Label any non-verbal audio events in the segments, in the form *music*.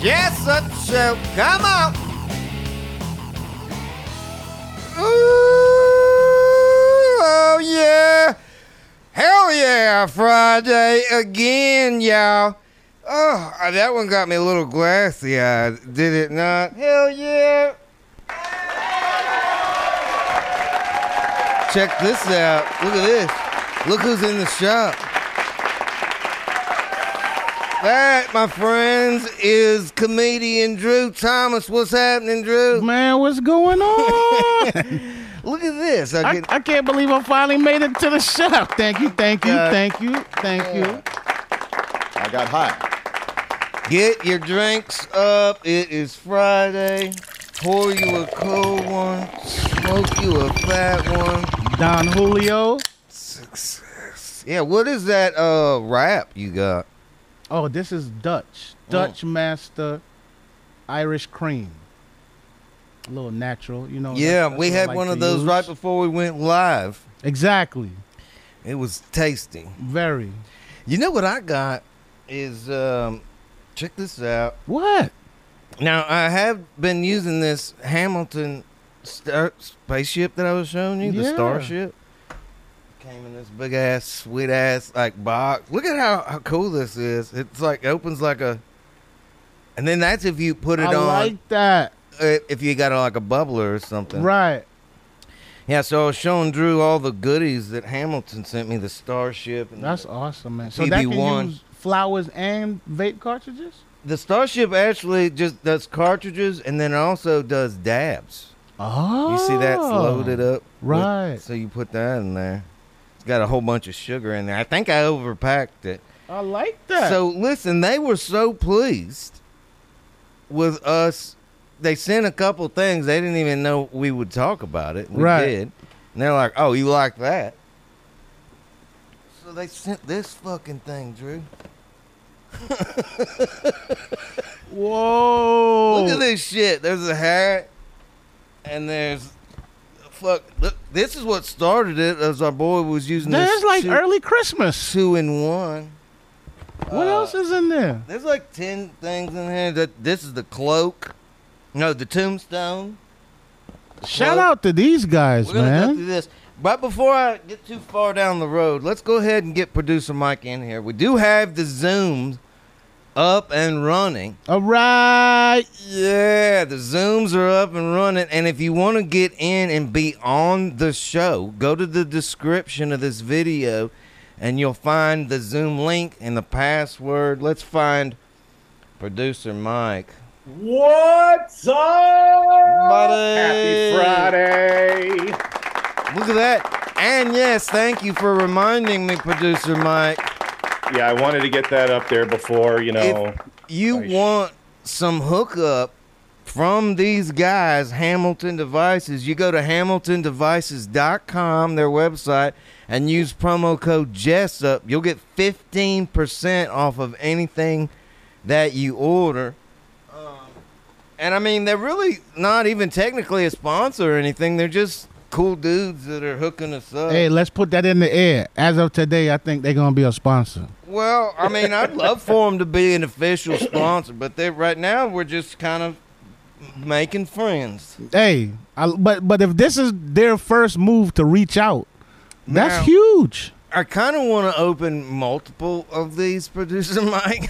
Jessup Show. Come on. Ooh, oh yeah. Hell yeah, Friday again, y'all. Oh, that one got me a little glassy eyed, did it not? Hell yeah. Check this out. Look at this. Look who's in the shop. That, my friends, is comedian Drew Thomas. What's happening, Drew? Man, what's going *laughs* on? Look at this. I I, get, I can't believe I finally made it to the shop. Thank you, thank you, Yeah. thank you, thank you. I got high. get your drinks up. It is Friday. Pour you a cold one. Smoke you a fat one. Don Julio. Success. Yeah, what is that uh rap you got? Oh, this is Dutch. Oh. Dutch Master Irish Cream. A little natural, you know. yeah, that's- we that's had what I Oh, like one to of those use. right before we went live. Exactly. It was tasty. Very. You know what I got is um check this out. What? Now I have been using this Hamilton star- spaceship that I was showing you, the Yeah. starship. Came in this big ass, sweet ass like box. Look at how, how cool this is. It's like opens like a, and then that's if you put it I on like that. uh, if you got uh, like a bubbler or something. Right. Yeah. So I was showing Drew all the goodies that Hamilton sent me, the starship and That's the, awesome, man. So that PB1. can use flowers and vape cartridges? the starship actually just does cartridges and then also does dabs. Oh. You see that's loaded up. with- Right. so you put that in there. It's got a whole bunch of sugar in there. I think I overpacked it. I like that. So listen, they were so pleased with us. They sent a couple things. They didn't even know we would talk about it. We Right. did. And they're like, "Oh, you like that?" So they sent this fucking thing, Drew. Whoa. Look Oh. at this shit. There's a hat, and there's fuck. Look, this is what started it. As our boy was using There's this like two, early Christmas. two in one. What Uh, else is in there? There's like ten things in here. That this is the cloak. No, the tombstone. Shout out to these guys, We're gonna go man. through this. But before I get too far down the road, let's go ahead and get producer Mike in here. We do have the Zooms up and running. All right. Yeah, the Zooms are up and running. And if you want to get in and be on the show, go to the description of this video and you'll find the Zoom link and the password. Let's find producer Mike. What's up? Buddy! Happy Friday. Look at that. And yes, thank you for reminding me, producer Mike. Yeah, I wanted to get that up there before, you know. If uh, you Nice. want some hookup from these guys, Hamilton Devices, you go to hamiltondevices.com, their website, and use promo code Jessup. You'll get 15% off of anything that you order. Um, and I mean, they're really not even technically a sponsor or anything. They're just cool dudes that are hooking us up. Hey, let's put that in the air. As of today, I think they're gonna be a sponsor. Well, I mean, I'd love for them to be an official sponsor, but they right now we're just kind of making friends. Hey, I, but but if this is their first move to reach out, that's Now- huge. I kind of want to open multiple of these, producer *laughs* Mike.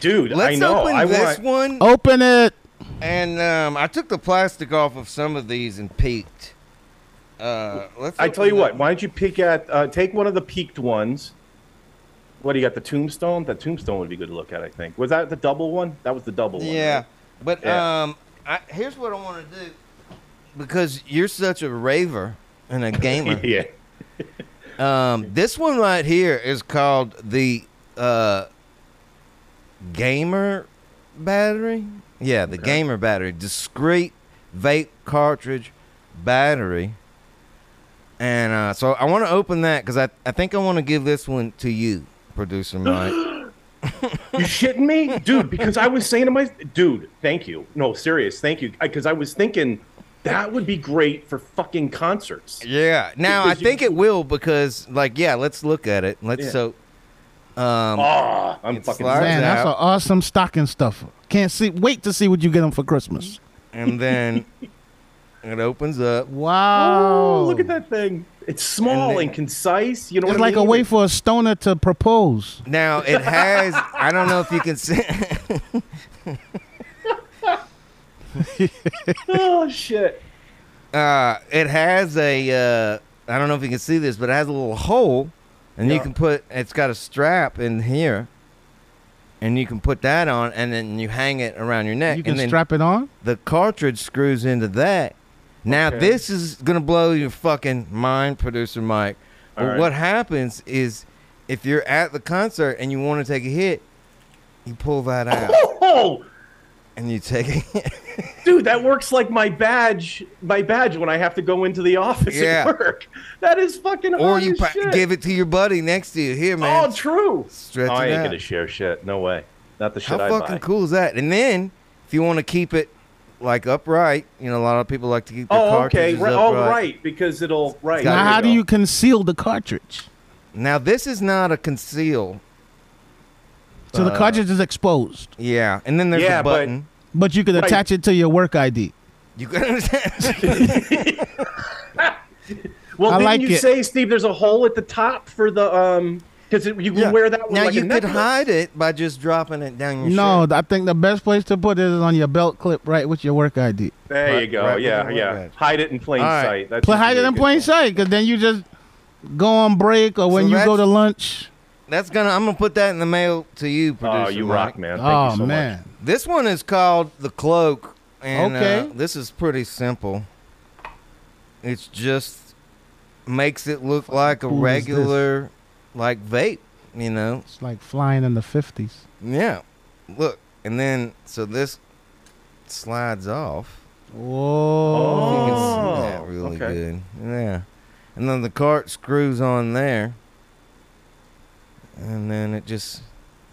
dude, I Let's know. open I this want one, Open it. and um, I took the plastic off of some of these and peeked. Uh, let's I tell you open what, that- why don't you pick at uh, take one of the peaked ones. What do you got? The tombstone? That tombstone would be good to look at, I think. Was that the double one? That was the double one. Yeah, right? but Yeah. um, I, here's what I want to do because you're such a raver and a gamer. *laughs* yeah. Um, this one right here is called the uh, Gamer battery. Yeah, the gamer battery, discrete vape cartridge battery. And uh, so I want to open that because I, I think I want to give this one to you, producer Mike. You shitting me, dude? Because I was saying to my dude, thank you. No, serious, thank you. Because I, was thinking that would be great for fucking concerts. yeah. Now I Because you- think it will because like yeah, let's look at it. Let's Yeah. so Ah, I'm Um, It's fucking. like- Man, that's an out. awesome stocking stuffer. Can't see. Wait to see what you get them for Christmas. and then it opens up. Wow! Oh, look at that thing. It's And small and, then- concise. You know, It's what I like a mean? way for a stoner to propose. Now it has. I don't know if you can see. Oh shit. Uh, it has a. Uh, I don't know if you can see this, but it has a little hole, and you Yeah. can put. It's got a strap in here, and you can put that on, and then you hang it around your neck, You can Eh, and then strap it on. the cartridge screws into that. Now Okay. this is gonna blow your fucking mind, producer Mike. But All right. what happens is, if you're at the concert and you want to take a hit, you pull that out Oh, and you take a hit. *laughs* dude, that works like my badge. My badge when I have to go into the office Yeah. at work. That is fucking. or hard you as pa- shit. give it to your buddy next to you. Here, man. Oh, true. Stretch Oh, I it ain't out. gonna share shit. No way. Not the shit How I fucking buy. cool is that? And then, if you want to keep it like upright, you know, a lot of people like to keep their Oh, okay. cartridges Right. Oh, upright. right. Because it'll. Right. Got Now, it. there how do go. you conceal the cartridge? Now, this is not a conceal. So the cartridge is exposed, Yeah. And then there's Yeah, a but- button. but you can Right. attach it to your work ID. You can understand. Well, I didn't like you it. say, Steve? There's a hole at the top for the um. Because *laughs* you can wear that. With now, like a you could necklace. hide it by just dropping it down your No, shirt. I think the best place to put it is on your belt clip, right with your work ID. There Right- you go. right with yeah, the yeah. wetback. Hide it in plain All right. sight. That's Play usually hide it a in good plain one. sight, because then you just go on break or when So you go that's- to lunch. That's gonna. I'm gonna put that in the mail to you, producer. Oh, you Mike. rock, man. Thank oh you so man, This one is called the cloak, and Okay. uh, this is pretty simple. It's just makes it look like a cool is regular, like vape, you know. it's like flying in the fifties. Yeah, look, and then so this slides off. You Whoa! can see Oh, that really okay. good. Yeah, and then the cart screws on there, and then it just much.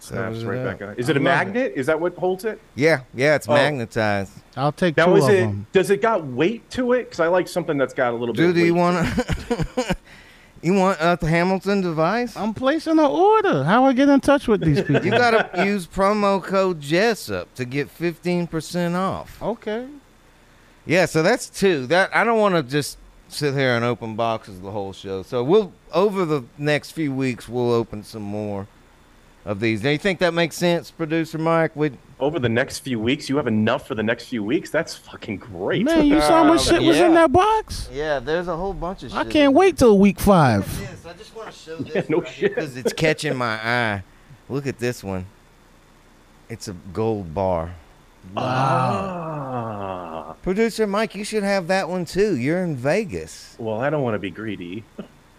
Snaps covers it right up. back on. Is it I love a magnet? Is that what holds it? Yeah, yeah, it's Oh. magnetized. I'll take Now two is of it? them. Does it got weight to it? Because I like something that's got a little bit. Dude, of do you weight. want *laughs* *laughs* to? you want uh, the Hamilton device? I'm placing an order. How I get in touch with these *laughs* people? You *laughs* gotta use promo code Jessup to get fifteen percent off. okay. Yeah, so that's two. That I don't want to just sit here and open boxes the whole show. So we'll over the next few weeks we'll open some more of these. Do you think that makes sense, producer Mike? We over the next few weeks? You have enough for the next few weeks. That's fucking great. Man, you saw how much shit was in Yeah. that box. yeah, there's a whole bunch of. shit. I can't wait till week five. Yes, I just want to show this. no shit. Because it's catching my eye. Look at this one. It's a gold bar. ah. Producer Mike, you should have that one too. You're in Vegas. Well, I don't want to be greedy,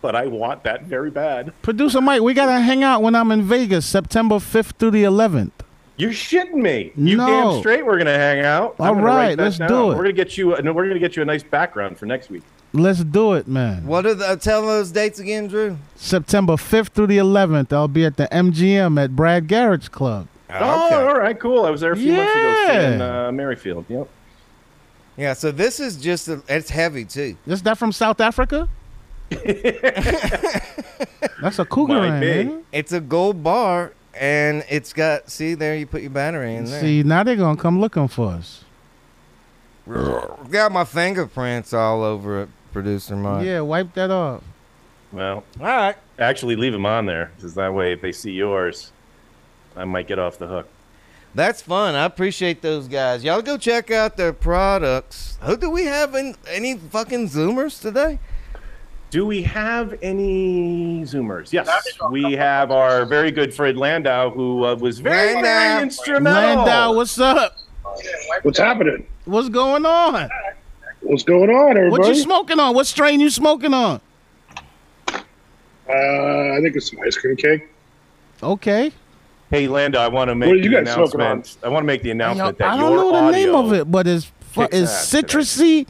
but I want that very bad. Producer Mike, we gotta hang out when I'm in Vegas, September fifth through the eleventh. You're shitting me. You No. damn straight. We're gonna hang out. I'm All gonna right, write that let's down. do it. We're gonna get you. No, we're gonna get you a nice background for next week. Let's do it, man. What are the uh, tell those dates again, Drew? September fifth through the eleventh, I'll be at the MGM at Brad Garrett's Club. Ah, Oh, all right, cool. I was there a few months ago Yeah. in uh, Merrifield. Yep. Yeah, so this is just a, it's heavy too. Is that from South *laughs* Africa? That's a cougar, Might be. man. It's a gold bar and it's got see there you put your battery in there. See, now they're gonna come looking for us. Got my fingerprints all over it, producer Mike. Yeah, wipe that off. Well, All right. actually, leave them on there because that way, if they see yours, I might get off the hook. That's fun. I appreciate those guys. Y'all go check out their products. Who do we have in any fucking Zoomers today? Do we have any Zoomers? Yes, we have our very good Fred Landau, who uh, was very, Landau. very instrumental. Landau, what's up? What's happening? What's going on? What's going on, What you everybody? smoking on? What strain you smoking on? uh, I think it's some ice cream cake. Okay. Hey, Lando, I want to make What are you the guys smoking on? announcement. I want to make the Yo, announcement that I don't your know the audio, name of it, but it's fu- kicks it's ass today. citrusy,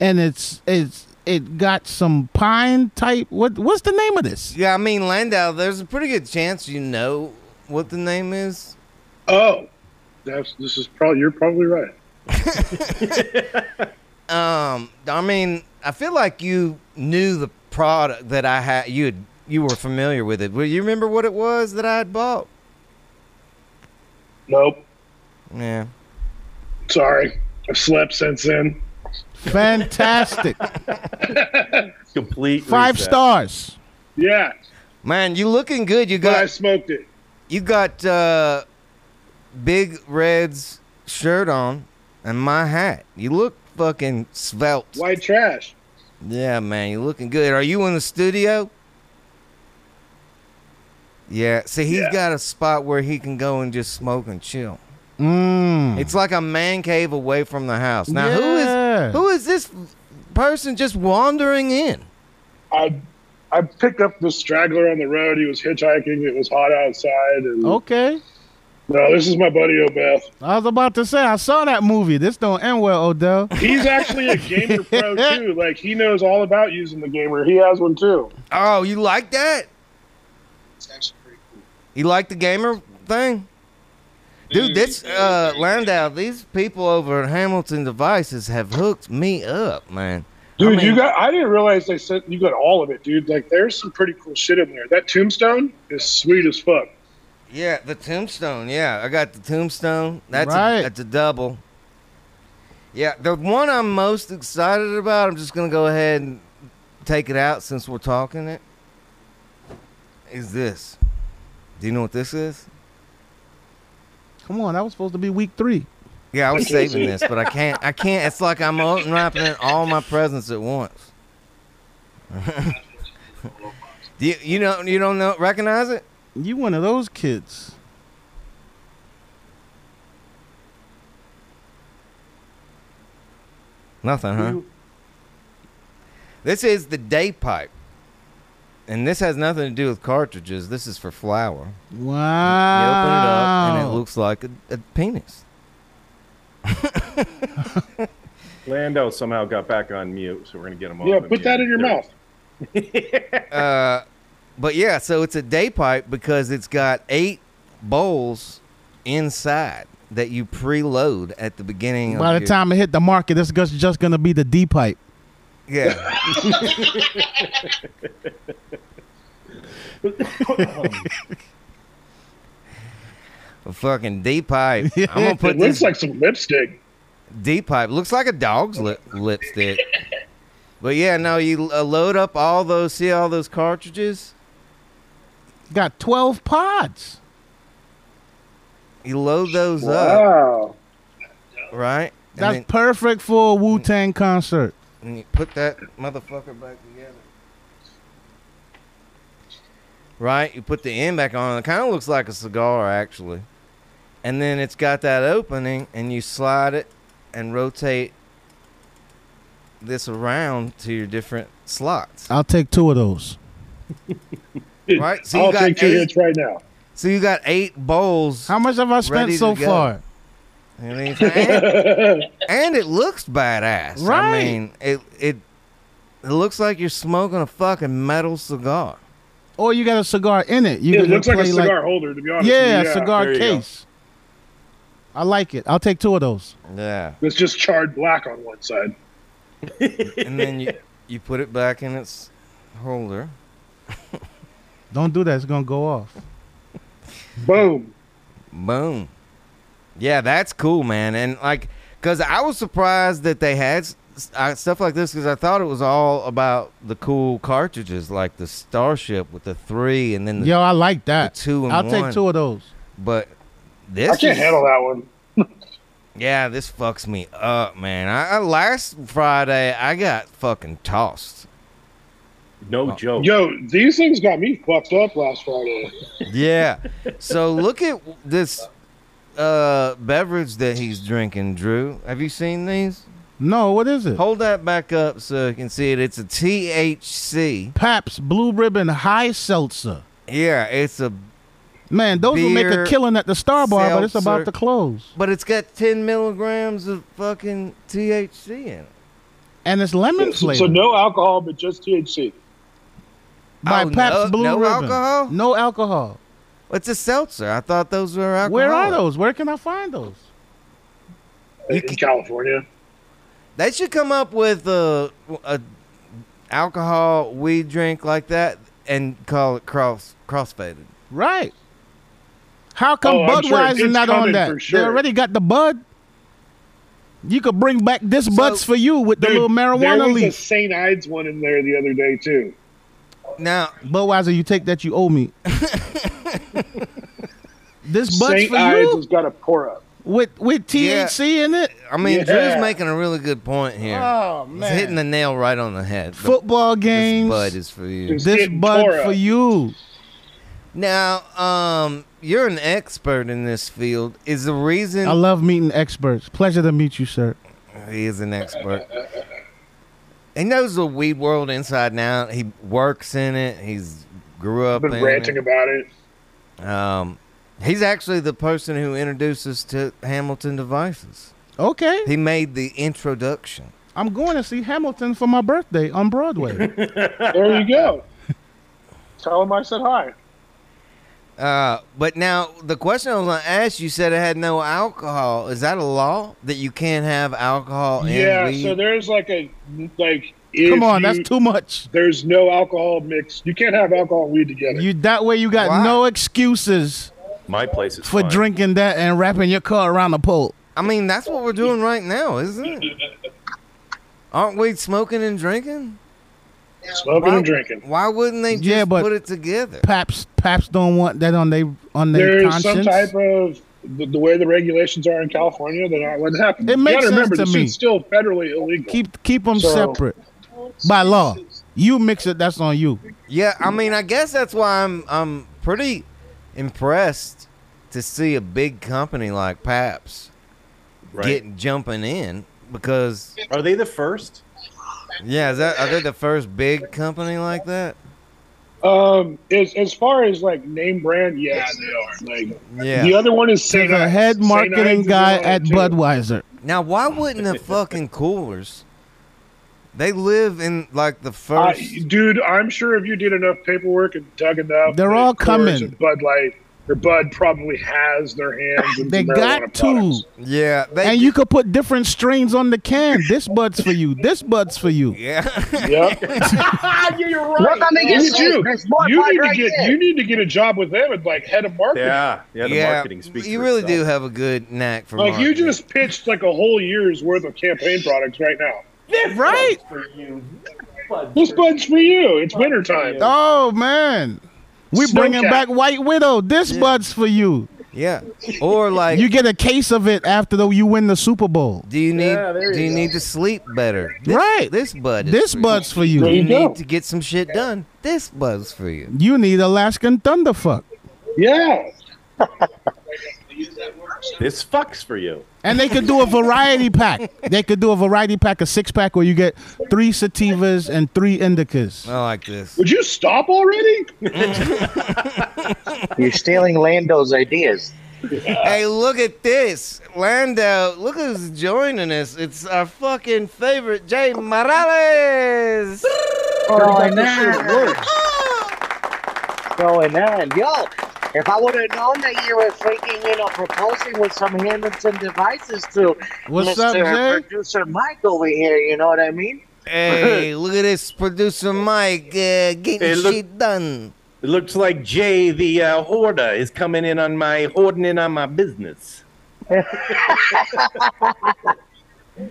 and it's it's it got some pine type. What what's the name of this? Yeah, I mean Landau. There's a pretty good chance you know what the name is. Oh, that's this is probably you're probably right. Um, I mean, I feel like you knew the product that I had. You had, you were familiar with it. Well, you remember what it was that I had bought? Nope, Yeah. sorry, I've slept since then. *laughs* Fantastic, Complete five reset. stars. Yeah, Man, you looking good. You but I got smoked it. you got uh, big red's shirt on and my hat. You look fucking svelte. White trash. Yeah, man, you looking good. Are you in the studio? Yeah. See, he's Yeah. got a spot where he can go and just smoke and chill. Mm. It's like a man cave away from the house. Now, who Yeah. is who is this person just wandering in? I I picked up the straggler on the road. He was hitchhiking. It was hot outside. And Oh. Okay, no, this is my buddy Obeth. I was about to say I saw that movie. This don't end well, Odell. He's actually a *laughs* gamer pro too. Like he knows all about using the gamer. He has one too. Oh, you like that? It's actually pretty cool. You like the gamer thing? Dude, this uh Landau, these people over at Hamilton Devices have hooked me up, man. Dude, you got I didn't realize they said you got all of it, dude. Like there's some pretty cool shit in there. That tombstone is sweet as fuck. Yeah, the tombstone. Yeah, I got the tombstone. That's Right. a, that's a double. Yeah, the one I'm most excited about. I'm just gonna go ahead and take it out since we're talking it. Is this? Do you know what this is? Come on, that was supposed to be week three. Yeah, *laughs* I was Okay, saving see. this, but I can't. I can't. It's like I'm unwrapping all my presents at once. *laughs* Do you, you know you don't know recognize it? You one of those kids. Nothing, huh? You- This is the day pipe. And this has nothing to do with cartridges. This is for flour. You open it Wow. up and it looks like a, a penis. Lando somehow got back on mute, so we're gonna get him. yeah, off of put that mute. in your There. mouth. Uh, but yeah, so it's a day pipe because it's got eight bowls inside that you preload at the beginning. By of the your- time it hit the market, it's just, just gonna be the D pipe. yeah, *laughs* a fucking D *laughs* pipe. I'm gonna put it looks this like some lipstick. D pipe. Looks like a dog's lip, lipstick. But yeah, no, you uh, load up all those. See all those cartridges. Got twelve pods. You load those up, Wow. right? And That's then- perfect for a Wu Tang concert. and you put that motherfucker back together. Right? You put the end back on. It kind of looks like a cigar, actually. And then it's got that opening, and you slide it and rotate this around to your different slots. I'll take two of those. Dude, Right, so you I'll got take two eight- hits right now. So you got eight bowls. How much have I spent Ready to so go. far? And, it's- and, *laughs* and it looks badass. I Right. mean, it, it, it looks like you're smoking a fucking metal cigar. Or you got a cigar in it? You It can looks like a play cigar holder, to be honest. yeah, with you. a cigar there you go. case. I like it. I'll take two of those. Yeah. It's just charred black on one side. and then you you put it back in its holder. Don't do that. It's gonna go off. Boom. Boom. Yeah, that's cool, man. And like, cause I was surprised that they had s- s- uh, stuff like this, cause I thought it was all about the cool cartridges, like the Starship with the three, and then the, Yo, I like that. two and I'll one. take two of those. But this, I can't is- handle that one. Yeah, this fucks me up, man. I, I last Friday I got fucking tossed. No joke. Yo, these things got me fucked up last Friday. Yeah. so look at this uh beverage that he's drinking, Drew. Have you seen these? No, what is it? Hold that back up so you can see it. It's a THC. Paps Blue Ribbon High Seltzer. Yeah, it's a Man, those will make Beer, a killing at the Star Bar, but it's about seltzer. to close. But it's got 10 milligrams of fucking THC in it. And it's lemon So, flavored so no alcohol, but just THC. by Oh, Pabst no- Blue no Ribbon. alcohol? No alcohol. It's a seltzer. I thought those were alcohol. Where are those? Where can I find those? You in can- California. They should come up with a, a alcohol weed drink like that and call it cross crossfaded. Right. How come Oh, I'm sure Budweiser it's not on coming that? for sure. They already got the bud. You could bring back this buds for you with the Dude, little there marijuana was a leaf. St. Ides one in there the other day too. Now, Budweiser, you take that you *laughs* owe me. this buds St. for Ides you has got a pour up. with with Yeah. THC in it. I mean, Yeah. Drew's making a really good point here. Oh He's hitting the nail right on the head. The- Football this games. bud is for you. Just- this Getting tore bud up. for you. Now, um, you're an expert in this field. Is the reason I love meeting experts. Pleasure to meet you, sir. He is an expert. He knows the weed world inside and out. He works in it. He's grew up I've been in ranting it. about it. Um, he's actually the person who introduces to Hamilton Devices. Okay. He made the introduction. I'm going to see Hamilton for my birthday on *laughs* Broadway. *laughs* There you go. Tell him I said hi. Uh, but now the question I was going to ask you said it had no alcohol. Is that a law that you can't have alcohol in yeah. weed? So there's like a like. If Oh, Come on, you, that's too much. There's no alcohol mix. You can't have alcohol and weed together. You that way you got Why? no excuses *laughs* My place is for fine. drinking that and wrapping your car around the pole. I mean, that's what we're doing right now, isn't it? Aren't we smoking and drinking? Smoking Why- and drinking. Why wouldn't they just Yeah, but- put it together? Paps Paps don't want that on they on their There's some conscience. type of the, the way the regulations are in California. They're not letting it happen. It makes you gotta sense remember, to this me. shit's still federally illegal. keep keep them So- separate by law. You mix it, that's on you. Yeah, I mean, I guess that's why I'm I'm pretty impressed to see a big company like Paps Right. getting jumping in because Are they the first? yeah, is that are they the first big company like that? Um, as, as far as like name brand, yeah, they are. Like Yeah. the other one is To Saint the Ives. head Saint Ives marketing is guy another at one, too. Budweiser. Now, why wouldn't *laughs* the fucking coolers? They live in like the I- first. dude, I'm sure if you did enough paperwork and dug enough, They're that all Coors coming. and Bud Light or Bud probably has their *laughs* hands. in They some got marijuana two. products. yeah, they And you could put different strains on the can. This bud's for you. This bud's for you. *laughs* *laughs* yeah. *laughs* Yep. What the nigga Look at said? you. There's more you blood need to right get there. you need to get a job with them and like head of marketing. Yeah. Yeah. The yeah, marketing speaks. you for really do itself. have a good knack for Like you marketing. just pitched like a whole year's worth of campaign products right now. Right? This bud's for you. It's wintertime. Oh man. We Snow bringing cap. back White Widow. This bud's for you. yeah, *laughs* or like You get a case of it after though you win the Super Bowl. Do you need Yeah, there do you you go. need to sleep better? This, Right. This bud. Is This for you. bud's for Do you. There you you go. need to get some shit done. This bud's for you. You need Alaskan Thunderfuck. Yeah. This fucks for you. And they could do a variety pack. They could do a variety pack, a six pack where you get three sativas and three indicas. Uh, I like *laughs* this. Would you stop already? You're stealing Lando's ideas. Hey, look at this, Lando. Look who's joining us. It's our fucking favorite Jay Morales. Going on. Going on. Yo, if I would have known that you were thinking, you know, proposing with some Hamilton devices to What's up, Mr. Jay? Producer Mike over here, you know what I mean? *laughs* Hey, look at this producer Mike uh, getting Hey, look- shit done. It looks like Jay the uh, hoarder is coming in on my hoarding in on my business.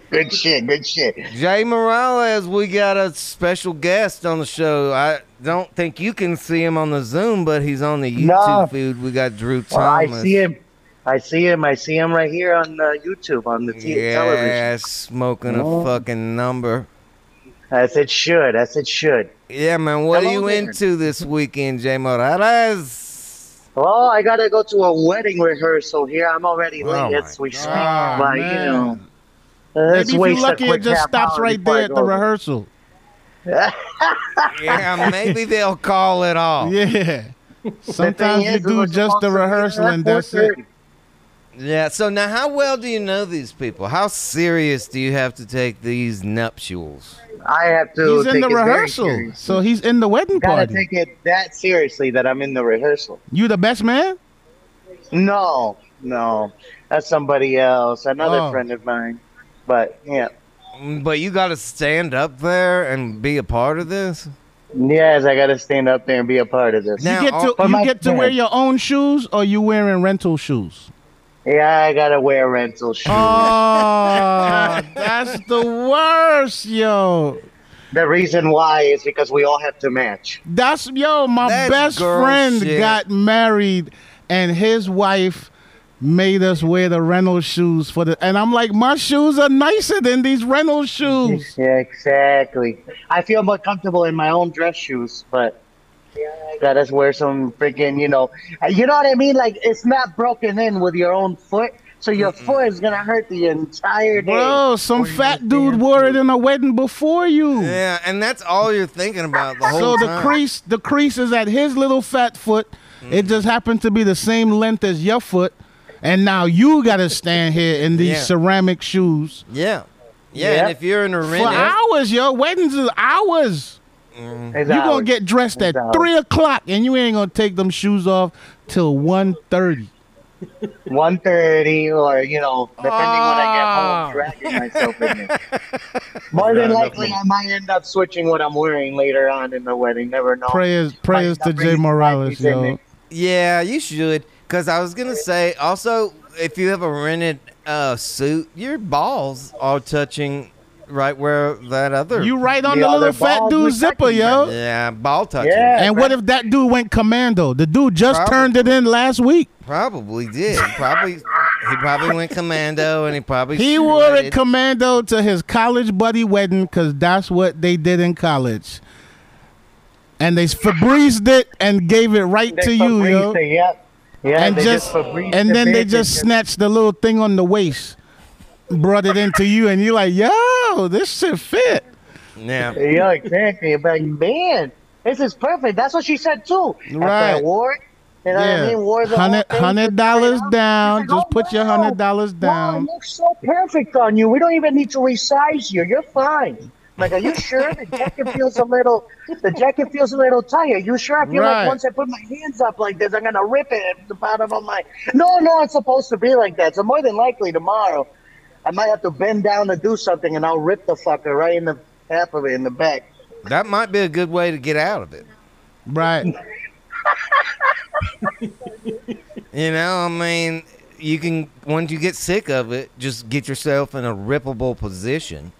Good shit, good shit. Jay Morales, we got a special guest on the show. I don't think you can see him on the Zoom, but he's on the YouTube No. feed. We got Drew Thomas. Well, I see him. I see him. I see him right here on uh, YouTube on the t- television. Yeah, smoking a fucking number. As it should. As it should. Yeah, man. What are you Hello there. into this weekend, Jay Morales? Well, Oh, I gotta go to a wedding rehearsal here. I'm already Oh late my as we speak, God, but you man. know. Maybe if Let's you're waste a lucky, it quick just half stops hour right before there I at the go. rehearsal. *laughs* Yeah, maybe they'll call it off. *laughs* Yeah. Sometimes you Oh. is, it do was just the supposed to be rehearsal at and that's it. 4:30. Yeah. So now, how well do you know these people? How serious do you have to take these nuptials? I have to. He's in take the it very rehearsal, serious. so he's in the wedding Gotta party. take it that seriously that I'm in the rehearsal. You the best man? No, no, that's somebody else, another Oh. friend of mine. But yeah, Mm, But you got to stand up there and be a part of this. yes, I gotta stand up there and be a part of this. Now- uh, you get to But you my get to wear friend- your own shoes, or you wearing rental shoes? yeah, I gotta wear rental shoes. Oh, *laughs* that's the worst, yo. the reason why is because we all have to match. That's yo, my That's best girl friend shit. got married and his wife made us wear the rental shoes for the and I'm like, my shoes are nicer than these rental shoes. Yeah, exactly. I feel more comfortable in my own dress shoes, but gotta wear some freaking, you know, Uh, you know what I mean? Like it's not broken in with your own foot, so your foot is gonna hurt the entire day. Bro, some fat dude wore it in a wedding before you. Yeah, and that's all you're thinking about the So whole the time. crease the crease is at his little fat foot. Mm-hmm. It just happened to be the same length as your foot. And now you gotta stand here in these Yeah. ceramic shoes. yeah. Yeah, and Yep. if you're in a For rental, hours, yo. Weddings is hours. It's You ours. gonna get dressed at It's ours. three o'clock, and you ain't gonna take them shoes off till one thirty. one thirty, or you know, depending Ah. when I get home, dragging myself *laughs* in there. More than likely, I might end up switching what I'm wearing later on in the wedding. Never know. Prayers, prayers Might to not Jay bring Morales, the yo. babies yeah, you should. Because I was gonna say also, if you have a rented uh, suit, your balls are touching right where that other You right on The the little other fat balls dude was zipper, yo. yeah ball touching Yeah. And what if that dude went commando? The dude just Probably. turned it in last week. probably did He probably he probably went commando and he probably He wore it shredded. commando to his college buddy wedding because that's what they did in college. And they Febrezed it and gave it right They to you, yo. Febreze it, Yep. Yeah, and they just, Febreze and the then they bitch just and snatched the little thing on the waist, brought it into you, and you're like, "Yo, this shit fit." yeah. just- Yeah, exactly. But man, this is perfect. That's what she said too. After I Right. wore it, you know what I mean? Wore the whole hundred thing, hundred took it dollars off. down. She's like, Just "Oh, put your wow. hundred dollars down. Wow, it looks so perfect on you. We don't even need to resize you. You're fine. I'm Like, are you sure the jacket feels a little? The jacket feels a little tight. Are you sure? I feel Right. like once I put my hands up like this, I'm gonna rip it at the bottom of my. No, no, it's supposed to be like that. So more than likely tomorrow, I might have to bend down to do something, and I'll rip the fucker right in the half of it in the back. that might be a good way to get out of it Right. you know I mean you can once you get sick of it just get yourself in a rippable position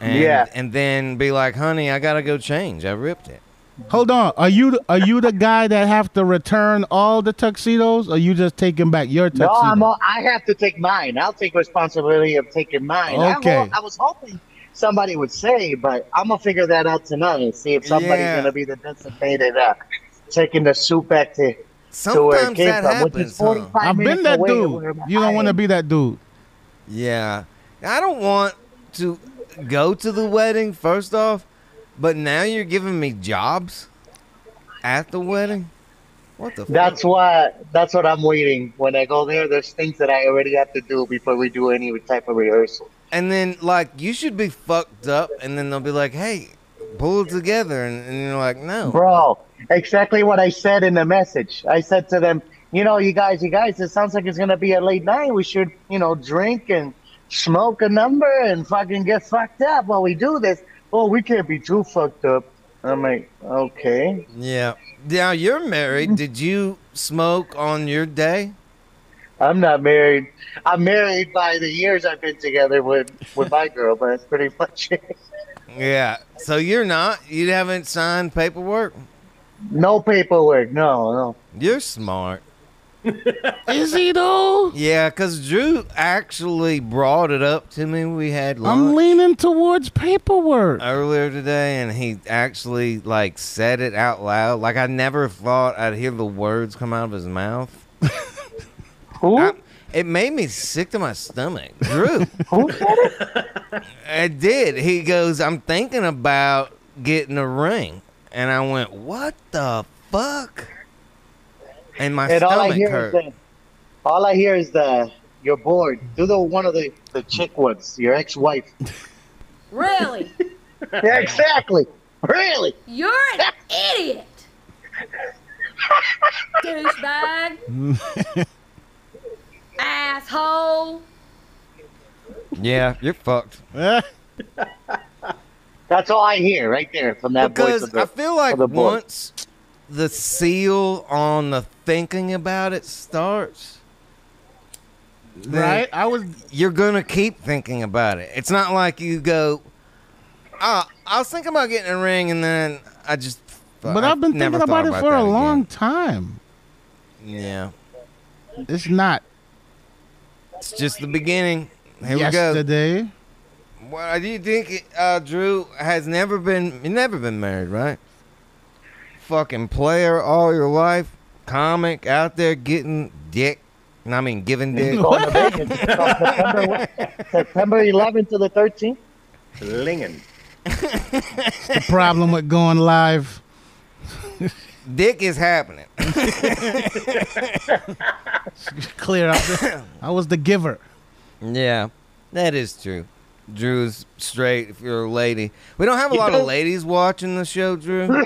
and, Yeah. and then be like honey I gotta go change I ripped it Hold on. Are you the- are you the guy that have to return all the tuxedos, or you just taking back your tuxedo? No, I'm all, I have to take mine. I'll take responsibility of taking mine. I Okay. ho- I, was hoping somebody would say, but I'm gonna figure that out tonight and see if somebody's Yeah. gonna be the designated uh, taking the suit back to, to where it sometimes came that from, which happens is huh? 45 I've been minutes that away to where dude. You I don't want to am. be that dude. Yeah. I don't want to go to the wedding, first off, but now you're giving me jobs at the wedding? What the That's why. That's what I'm waiting. When I go there, there's things that I already have to do before we do any type of rehearsal. And then, like, you should be fucked up, and then they'll be like, hey, pull it together. And, and you're like, no. Bro, exactly what I said in the message. I said to them, you know, you guys, you guys, it sounds like it's going to be a late night. We should, you know, drink and smoke a number and fucking get fucked up while we do this. Oh, we can't be too fucked up. I'm like, okay. Yeah. Now, you're Mm-hmm. married. Did you smoke on your day? I'm not married. I'm married by the years I've been together with, with my girl, but that's pretty much it. *laughs* Yeah. So you're not? You haven't signed paperwork? No paperwork. No, no. You're smart. Is he though? Yeah, because Drew actually brought it up to me. We had lunch. I'm leaning towards paperwork. earlier today and he actually like said it out loud like i never thought i'd hear the words come out of his mouth Who? I- it made me sick to my stomach drew *laughs* Who said it? it did he goes i'm thinking about getting a ring and i went what the fuck and my And all I stomach hear hurt. is the, all I hear is the you're bored. Do the one of the the chick ones, your ex-wife. Really? yeah, exactly. Really? You're an idiot! Douchebag! Asshole! Yeah, you're fucked. Eh, That's all I hear right there from that voice. because of the- I feel like of the boy. once the seal on the thinking about it starts, then right? I was you're gonna keep thinking about it. It's not like you go, oh, I was thinking about getting a ring, and then I just. fuck, But I've been never thinking about thought it for a that long time. again. Yeah, It's not it's just the beginning. Here we go. yesterday. Well, do you think it- uh, Drew has never been never been married, right? Fucking player all your life, comic out there getting dick. No, I mean giving *laughs* dick. Going to Vegas from *laughs* September, what- September 11th to the 13th. Lingin. The problem with going live. dick is happening. Clear *coughs* up. the- I was the giver. yeah, that is true. Drew's straight. If you're a lady, we don't have a lot of ladies watching the show, *laughs* Drew.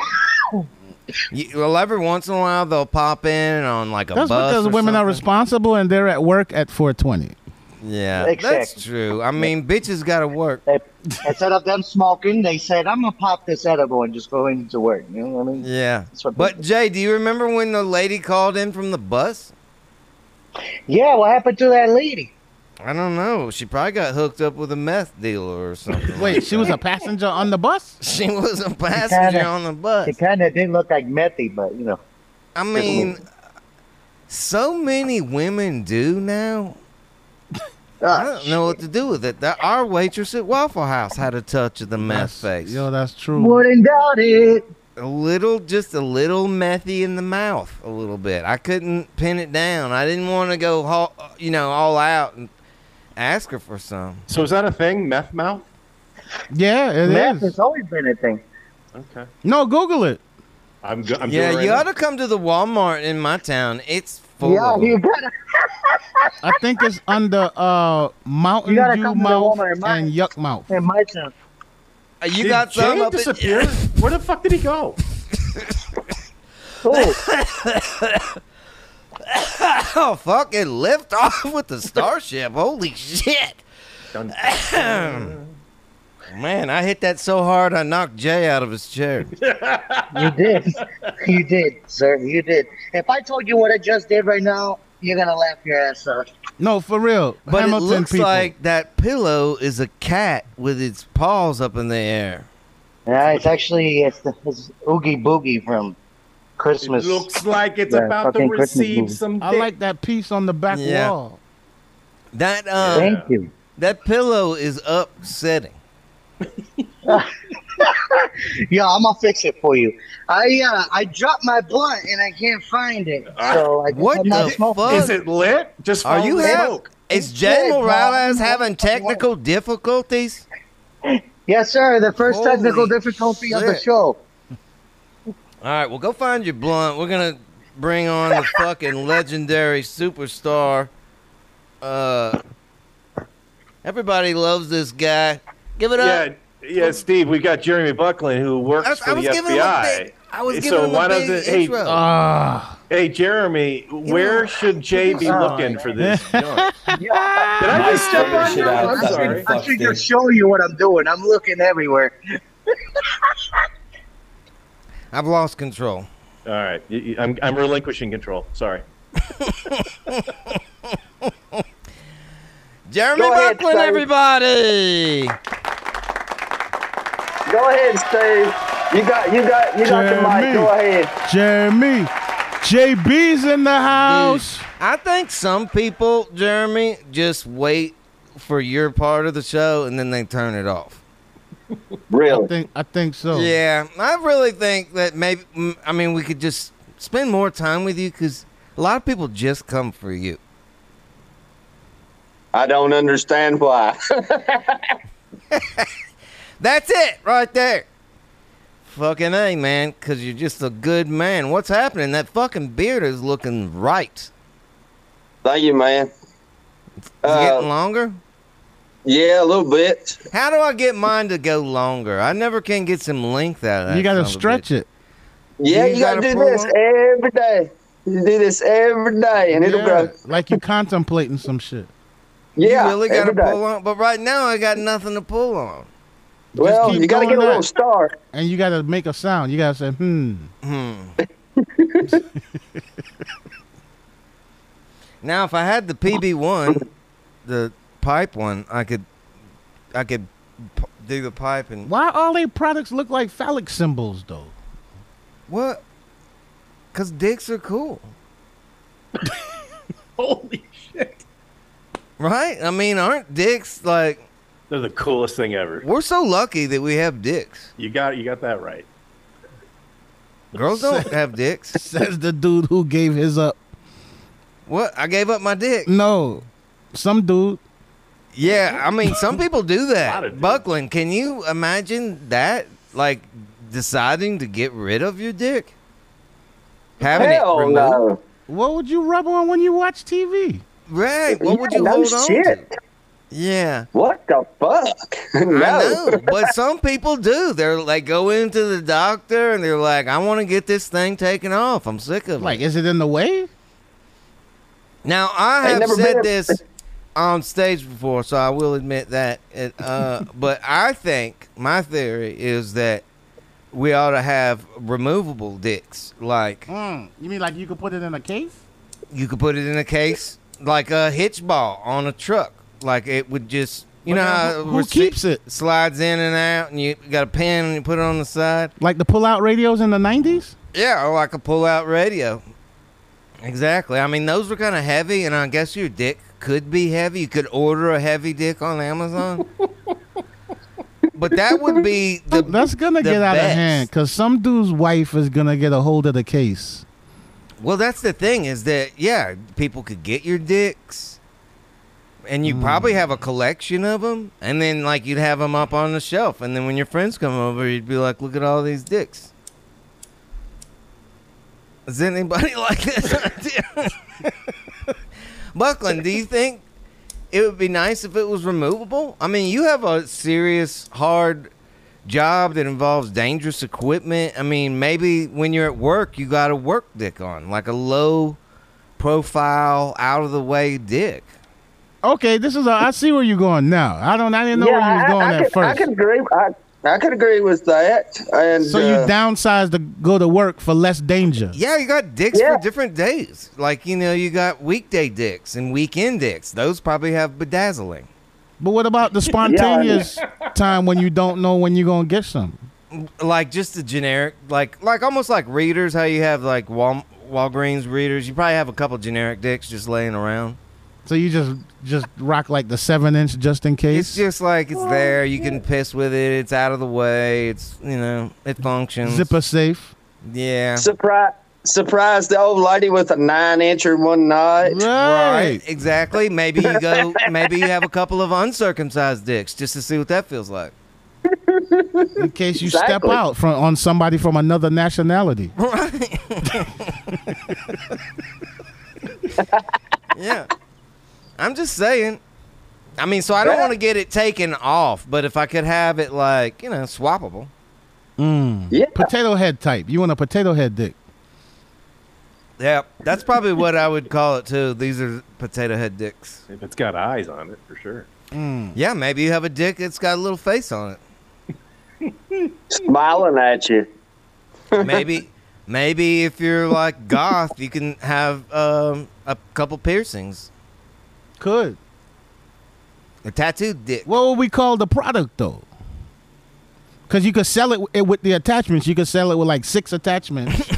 You, well, every once in a while they'll pop in on like a That's bus. because or women are something. responsible and they're at work at 420. Yeah, that's Exactly. true. I mean, bitches got to work. They, instead of them smoking, they said, "I'm gonna pop this edible and just go into work." You know what I mean? Yeah. That's what- But Jay, do you remember when the lady called in from the bus? Yeah. What happened to that lady? I don't know. She probably got hooked up with a meth dealer or something. Wait, she was a passenger on the bus? *laughs* she was a passenger on the bus. She kind of didn't look like Methy, but you know. I mean, so many women do now. Uh, I don't know what to do with it. That our waitress at Waffle House had a touch of the meth That's- face. Yo, that's true. Wouldn't doubt it. a little just a little methy in the mouth a little bit i couldn't pin it down i didn't want to go all, you know all out and ask her for some So is that a thing? Meth mouth? Yeah, it Meth is. has always been a thing. Okay. No, Google it. I'm good. I'm yeah doing it you right ought to come to the walmart in my town it's full Yeah, of them. you gotta. I think it's under uh, Mountain You gotta Dew come to the Mouth Walmart and buy and it. Yuck Mouth. In my town. Uh, you Did got some Jay up disappear? *laughs* Where the fuck did he go? Oh, At, oh fuck it lift off *laughs* with the starship holy shit *clears throat* Done. man i hit that so hard i knocked jay out of his chair you *laughs* did. You did, sir. You did. If I told you what I just did right now, you're gonna laugh your ass off. No, for real. but Hamilton it looks people. like that pillow is a cat with its paws up in the air Yeah, it's actually it's, the, it's Oogie Boogie from Christmas. Looks like it's Yeah, about to fucking Christmas receive movie. some. I dick. like that piece on the back Yeah. wall. that um Thank you. That pillow is upsetting. Yeah, I'm gonna fix it for you. I uh, I dropped my blunt and I can't find it, so I guess What I'm not the smoking. fuck? Is it lit? Just Are you follow the having? smoke. Is Jay Yeah, bro. Morales having technical difficulties? Yes, sir. The first Holy technical difficulty of the shit. *laughs* show. All right, well, go find your blunt. We're gonna bring on the *laughs* fucking legendary superstar. Uh, everybody loves this guy. Give it up. Yeah, yeah, Steve. We've got Jeremy Buckland who works Uh, I was, for I was the giving him a FBI. big. I was So giving him why a big doesn't- hey, uh, intro. Ah, Hey, Jeremy, where should Jay be Oh, looking man. for this? *laughs* junk? Yeah, Did I just step on shit you? out. I'm I That's sorry. should, I fucked in. should just show you what I'm doing. I'm looking everywhere. I've lost control. All right, you- you- I'm, I'm relinquishing control. Sorry. Jeremy Go ahead, Buckland, Dave. everybody. Go ahead, Steve. You got, you got, you got the Jeremy. mic. Go ahead. Jeremy. JB's in the house. I think some people, Jeremy, just wait for your part of the show and then they turn it off. I Really? think I think so. Yeah, I really think that maybe. mm, I mean, we could just spend more time with you because a lot of people just come for you. I don't understand *laughs* why. That's it, right there. Fucking A, man, because you're just a good man. What's happening? That fucking beard is looking right. Thank you, man. Is it Uh, getting longer? yeah, a little bit. How do I get mine to go longer? I never can get some length out of that. You got to son of a stretch bitch. it. Yeah, You you, gotta, gotta do pull this up. every day. You do this every day, and it'll Yeah, grow. Like you contemplating some shit. Yeah, you really got to every day. pull on. But right now, I got nothing to pull on. Well, keep you gotta doing get a little that. start. And you got to make a sound. You got to say, hmm. Hmm. *laughs* Now, if I had the PB one, the pipe one, I could, I could p- do the pipe and Why all they products look like phallic symbols, though? *laughs* what? Cause dicks are cool, *laughs* Holy shit. right? I mean, aren't dicks like They're the coolest thing ever. we're so lucky that we have dicks? You got you got that right. Girls *laughs* don't have dicks. Says the dude who gave his up. What? I gave up my dick. No. Some dude. Yeah, I mean, some people do Lotta that. dicks. Buckland, can you imagine that? Like deciding to get rid of your dick, having Hell it removed. no. What would you rub on when you watch TV? Right? What would Yeah, you no hold on to? shit. Yeah. What the fuck? *laughs* I no. *laughs* know, but some people do. They're like go into the doctor and they're like, I want to get this thing taken off. I'm sick of Like, it. is it in the way? Now I Ain't have never said been- this on stage before, so I will admit that. It, *laughs* uh, but I think my theory is that we ought to have removable dicks. Like Mm, you mean like you could put it in a case? you could put it in a case, like a hitch ball on a truck. Like it would just, you But know, now how who- a who receipt keeps it? Slides in and out, and you got a pin and you put it on the side. Like the pull out radios in the 90s? Yeah, or like a pull out radio. Exactly. I mean, those were kind of heavy, and I guess your dick could be heavy. You could order a heavy dick on Amazon. but that would be the. That's going to the get out of best. hand because some dude's wife is going to get a hold of the case. Well, that's the thing is that, yeah, people could get your dicks, and you probably have a collection of them, and then, like, you'd have them up on the shelf, and then when your friends come over, you'd be like, look at all these dicks. Is anybody *laughs* like this idea? *laughs* Buckland, do you think it would be nice if it was removable? I mean, you have a serious, hard job that involves dangerous equipment. I mean, maybe when you're at work, you got a work dick on, like a low profile, out of the way dick. Okay, this is a. I see where you're going now. I don't. I didn't know where you was I- going I, at could, I first. could agree. I, I could agree with that. And so uh, you downsized to go to work for less danger. Yeah, you got dicks Yeah. for different days. Like, you know, you got weekday dicks and weekend dicks. Those probably have bedazzling. But what *laughs* about the spontaneous time when you don't know when you're gonna get some? like just the generic like like almost like readers how you have like Wal- Walgreens readers you probably have a couple generic dicks just laying around So you just just rock like the seven inch just in case. it's just like it's there you can piss with it it's out of the way it's you know it functions zipper safe. yeah surprise, surprise the old lady with a nine incher one night. Right. exactly maybe you go maybe you have a couple of uncircumcised dicks just to see what that feels like In case you step Exactly. out from on somebody from another nationality. Right. yeah. I'm just saying. I mean, so I don't want to get it taken off, but if I could have it like, you know, swappable. Mm. Yeah, Potato head type. You want a potato head dick. Yeah. That's probably what I would call it too. These are potato head dicks. If it's got eyes on it, for sure. Yeah, maybe you have a dick that's got a little face on it. smiling at you. Maybe maybe if you're like goth, you can have um, a couple piercings. Could. A tattooed dick. What would we call the product though? Because you could sell it, it with the attachments. You could sell it with like six *laughs* attachments.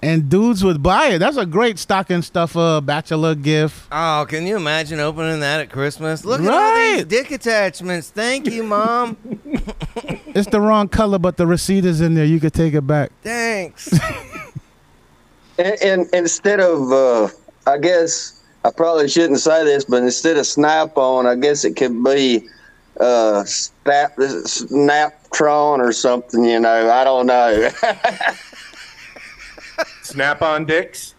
and dudes would buy it. That's a great stocking stuffer, bachelor gift. Oh, can you imagine opening that at Christmas? Look at all these Right. dick attachments. Thank you, mom. It's the wrong color, but the receipt is in there. You could take it back. Thanks. And, and instead of, uh, I guess I probably shouldn't say this, but instead of Snap on, I guess it could be uh, snap, Snaptron or something, you know. I don't know. *laughs* Snap on dicks.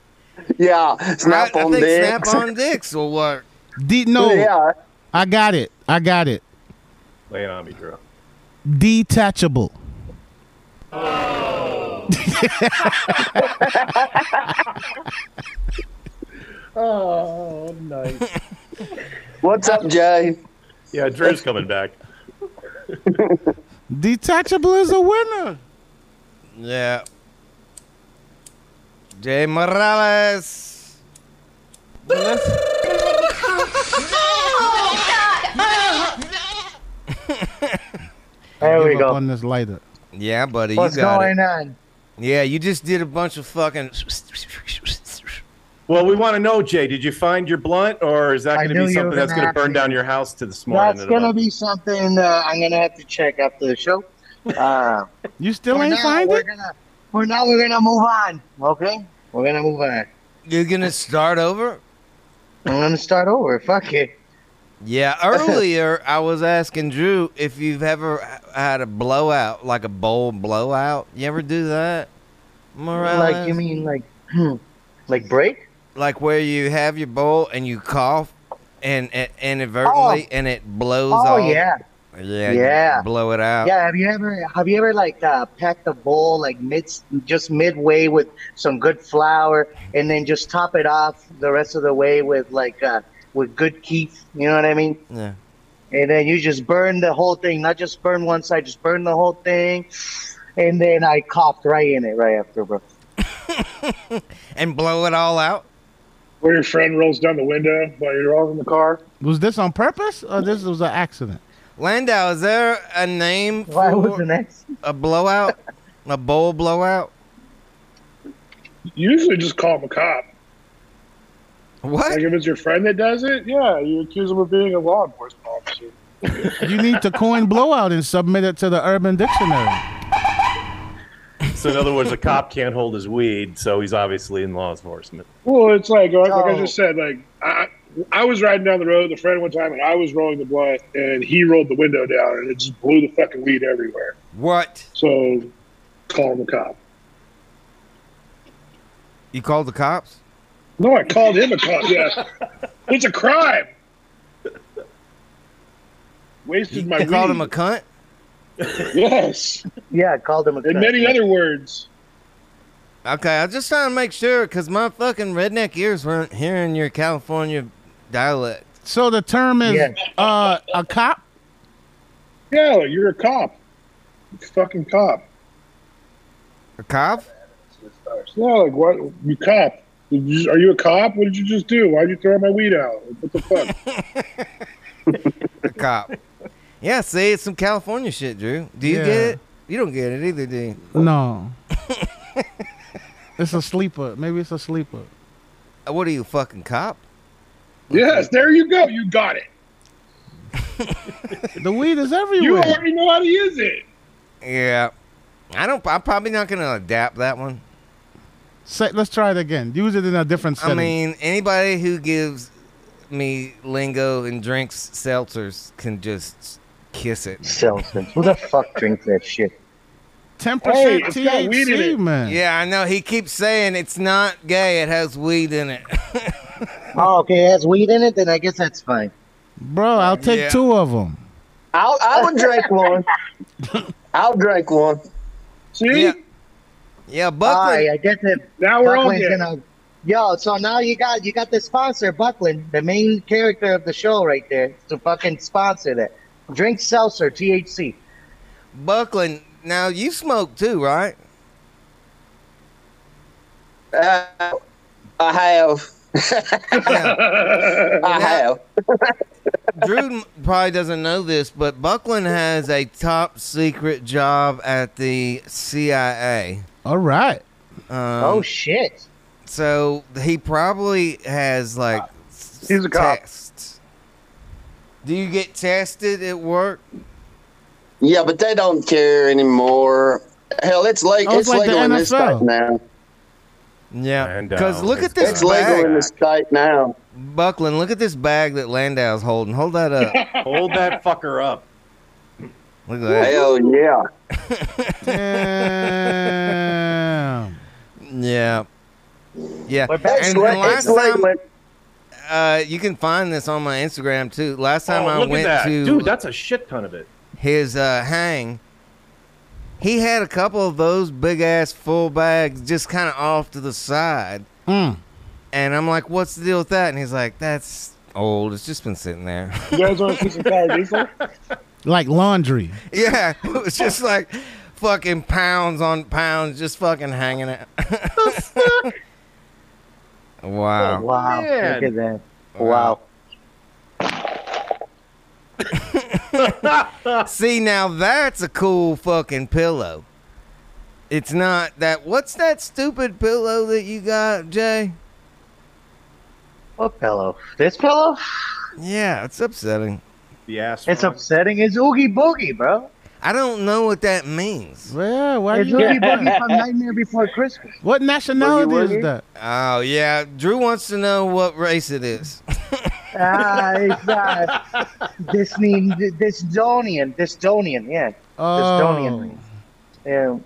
yeah, I, I Snap on think dicks. snap on dicks will work. D no, *laughs* Yeah, I got it. I got it. Lay it on me, Drew. Detachable. what's up, Jay? Yeah, Drew's coming back. Detachable is a winner. Yeah. Jay Morales. *laughs* There we Give up go. on this lighter. Yeah, buddy, What's you got going it. on? Yeah, you just did a bunch of fucking. Well, we want to know, Jay, did you find your blunt, or is that I going to knew be you something were that's gonna going to burn ask down your house to this morning? That's in gonna about- be something uh, I'm gonna have to check after the show. *laughs* Uh, You still for ain't now, find we're it? Gonna, for now, we're gonna move on. Okay, we're gonna move on. You're gonna start over? I'm gonna start over. Fuck it. *laughs* Yeah. Earlier, I was asking Drew if you've ever h- had a blowout, like a bowl blowout. You ever do that, Morales? Like you mean like, hmm, like break? like where you have your bowl and you cough and, and inadvertently and it blows Oh off. yeah, Yeah. you Yeah. Blow it out. yeah. Have you ever have you ever like uh, packed a bowl like mid just midway with some good flour and then just top it off the rest of the way with like uh, with good keef? You know what I mean? Yeah. and then you just burn the whole thing not just burn one side just burn the whole thing and then i coughed right in it right after bro *laughs* And blow it all out. Where your friend rolls down the window while you're all in the car. Was this on purpose or this was an accident? Landau, is there a name why for was the next a blowout? a bowl blowout? You usually just call him a cop. What? Like if it's your friend that does it, yeah, you accuse him of being a law enforcement officer. You need to coin blowout and submit it to the Urban Dictionary. So, in other words, a cop can't hold his weed, so he's obviously in law enforcement. Well, it's like like No. I just said, like I I was riding down the road with a friend one time, and I was rolling the blunt, and he rolled the window down, and it just blew the fucking weed everywhere. What? So call him a cop. You called the cops? No, I called him a *laughs* cop. Yeah, it's a crime. Wasted You my called weed. him a cunt? yes, yeah i called him a and cunt. many other words. Okay, I just trying to make sure because my fucking redneck ears weren't hearing your California dialect. So the term is Yeah. uh, a cop. Yeah, like, you're a cop. You fucking cop. A cop? Yeah, like what? You cop? Did you- are you a cop? What did you just do? Why'd you throw my weed out? What the fuck? A *laughs* cop. yeah, see, it's some California shit, Drew. Do you Yeah. get it? You don't get it either, do you? No. *laughs* it's a sleeper. Maybe it's a sleeper. Uh, What are you, a fucking cop? yes, there you go. You got it. The weed is You everywhere. already know how to use it. Yeah. I don't. I'm probably not gonna adapt that one. Say, let's try it again. Use it in a different setting. I mean, anybody who gives me lingo and drinks seltzers can just kiss it. Selfish. who the fuck drinks that shit ten Hey, percent it's got weed in THC, it. man. Yeah, I know. He keeps saying it's not gay. It has weed in it. *laughs* oh okay it has weed in it then i guess that's fine bro, I'll take Uh, Yeah. two of them. I'll, I *laughs* would drink one. I'll drink one. See? yeah. Yeah, Aye, Buckland. i guess it Now we're on buckland's here. gonna yo so now you got you got the sponsor buckland the main character of the show right there to fucking sponsor that drink seltzer thc Buckland. Now you smoke too, right? Uh, I have. *laughs* Yeah. I have. Drew m- probably doesn't know this, but Buckland has a top secret job at the CIA. All right. Um, oh shit So he probably has like s- He's a cop. tests. Do you get tested at work? Yeah, but they don't care anymore. Hell, it's like Oh, it's it's like the legal in this NFL. state now. Yeah, And, because uh, look at it's this It's legal bag. in this state now. Buckland, look at this bag that Landau's holding. Hold that up. Hold *laughs* that fucker up. Look at that. Hell yeah. Damn. *laughs* Yeah. Yeah. But that's and, and Slick- last Slick time, went- uh, you can find this on my Instagram too. Last time Oh, I look went at that. to Dude, that's a shit ton *laughs* of it. his uh, hang, he had a couple of those big ass full bags just kind of off to the side. Mm. And I'm like, what's the deal with that? And he's like, that's old. It's just been sitting there. *laughs* You guys want to see some Tire Diesel? Like laundry. yeah. *laughs* It was just like fucking pounds on pounds just fucking hanging *laughs* out. wow. Wow. man. Look at that. Wow. See, now that's a cool fucking pillow. It's not that. What's that stupid pillow that you got, Jay? What pillow? This pillow? Yeah, it's upsetting. The ass. It's one. upsetting. It's Oogie Boogie, bro. I don't know what that means. Yeah, why It's you, Oogie Boogie from Nightmare Before Christmas. what nationality Boogie Woogie? is that? Oh, yeah. Drew wants to know what race it is. Ah, it's uh, *laughs* Disney, Disdonian, Disdonian, yeah, Oh. Disdonian. Yeah, Oh,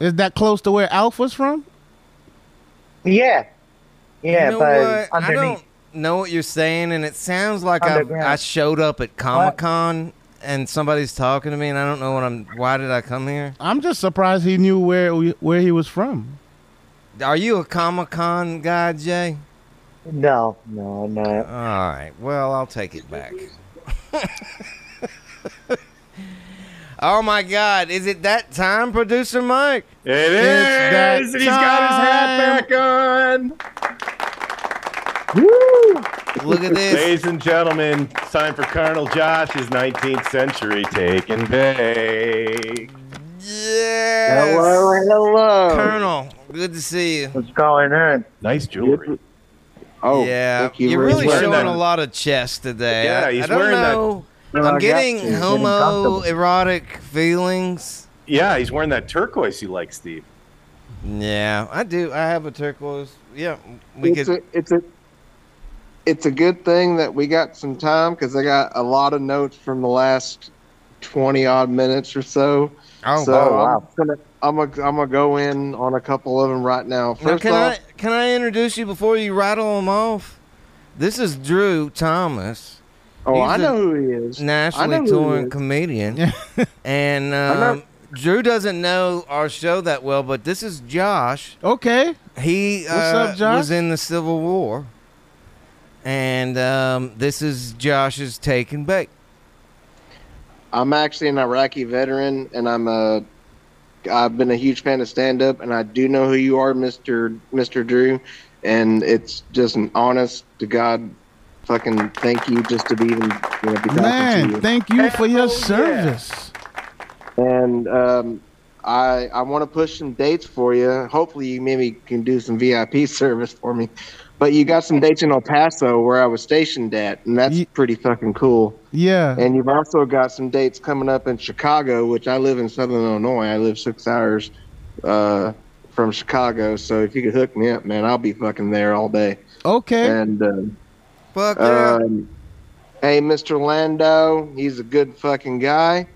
is that close to where Alpha's from? yeah, yeah. you know but what? I underneath, don't know what you're saying, and it sounds like I, Underground. I showed up at Comic Con and somebody's talking to me, and I don't know what I'm. Why did I come here? I'm just surprised he knew where we- where he was from. Are you a Comic Con guy, Jay? no, no, I'm not. All right. Well, I'll take it back. oh my God! Is it that time, producer Mike? It that is. And he's got his hat back on. Look at this. Ladies and gentlemen, it's time for Colonel Josh's 19th century take and bake. Hello, Yes, hello. Colonel. Good to see you. What's going on? Nice jewelry. Oh, yeah, thank you you're very really much. wearing showing that. a lot of chest today. Yeah, I- I he's don't wearing that- know. No, I I'm got getting you. It's getting comfortable. homoerotic feelings. Yeah, he's wearing that turquoise you like, Steve. Yeah, I do. I have a turquoise. Yeah, we it's could. a, it's a it's a good thing that we got some time because I got a lot of notes from the last twenty odd minutes or so. Oh, so wow. I'm just gonna I'm gonna I'm gonna go in on a couple of them right now. Now, First can off, I can I introduce you before you rattle them off? This is Drew Thomas, oh I he's a know who he is. I know nationally who touring he is. comedian, *laughs* and um, Drew doesn't know our show that well, but this is Josh. Okay. He uh, up, Josh? was in the Civil War, and um, this is Josh's take and bake. I'm actually an Iraqi veteran, and I'm a I've been a huge fan of stand up, and I do know who you are, Mister Mister Drew, and it's just an honest to God, fucking thank you just to be even you know, be talking to Man, you. thank you for your Hell yeah. service. and um, I I want to push some dates for you. Hopefully, you maybe can do some VIP *laughs* service for me. But you got some dates in El Paso where I was stationed at, and that's Ye- pretty fucking cool. Yeah. And you've also got some dates coming up in Chicago, which I live in Southern Illinois. I live six hours uh, from Chicago, so if you could hook me up, man, I'll be fucking there all day. okay. And um, Fuck yeah. um, hey, Mr. Lando, he's a good fucking guy.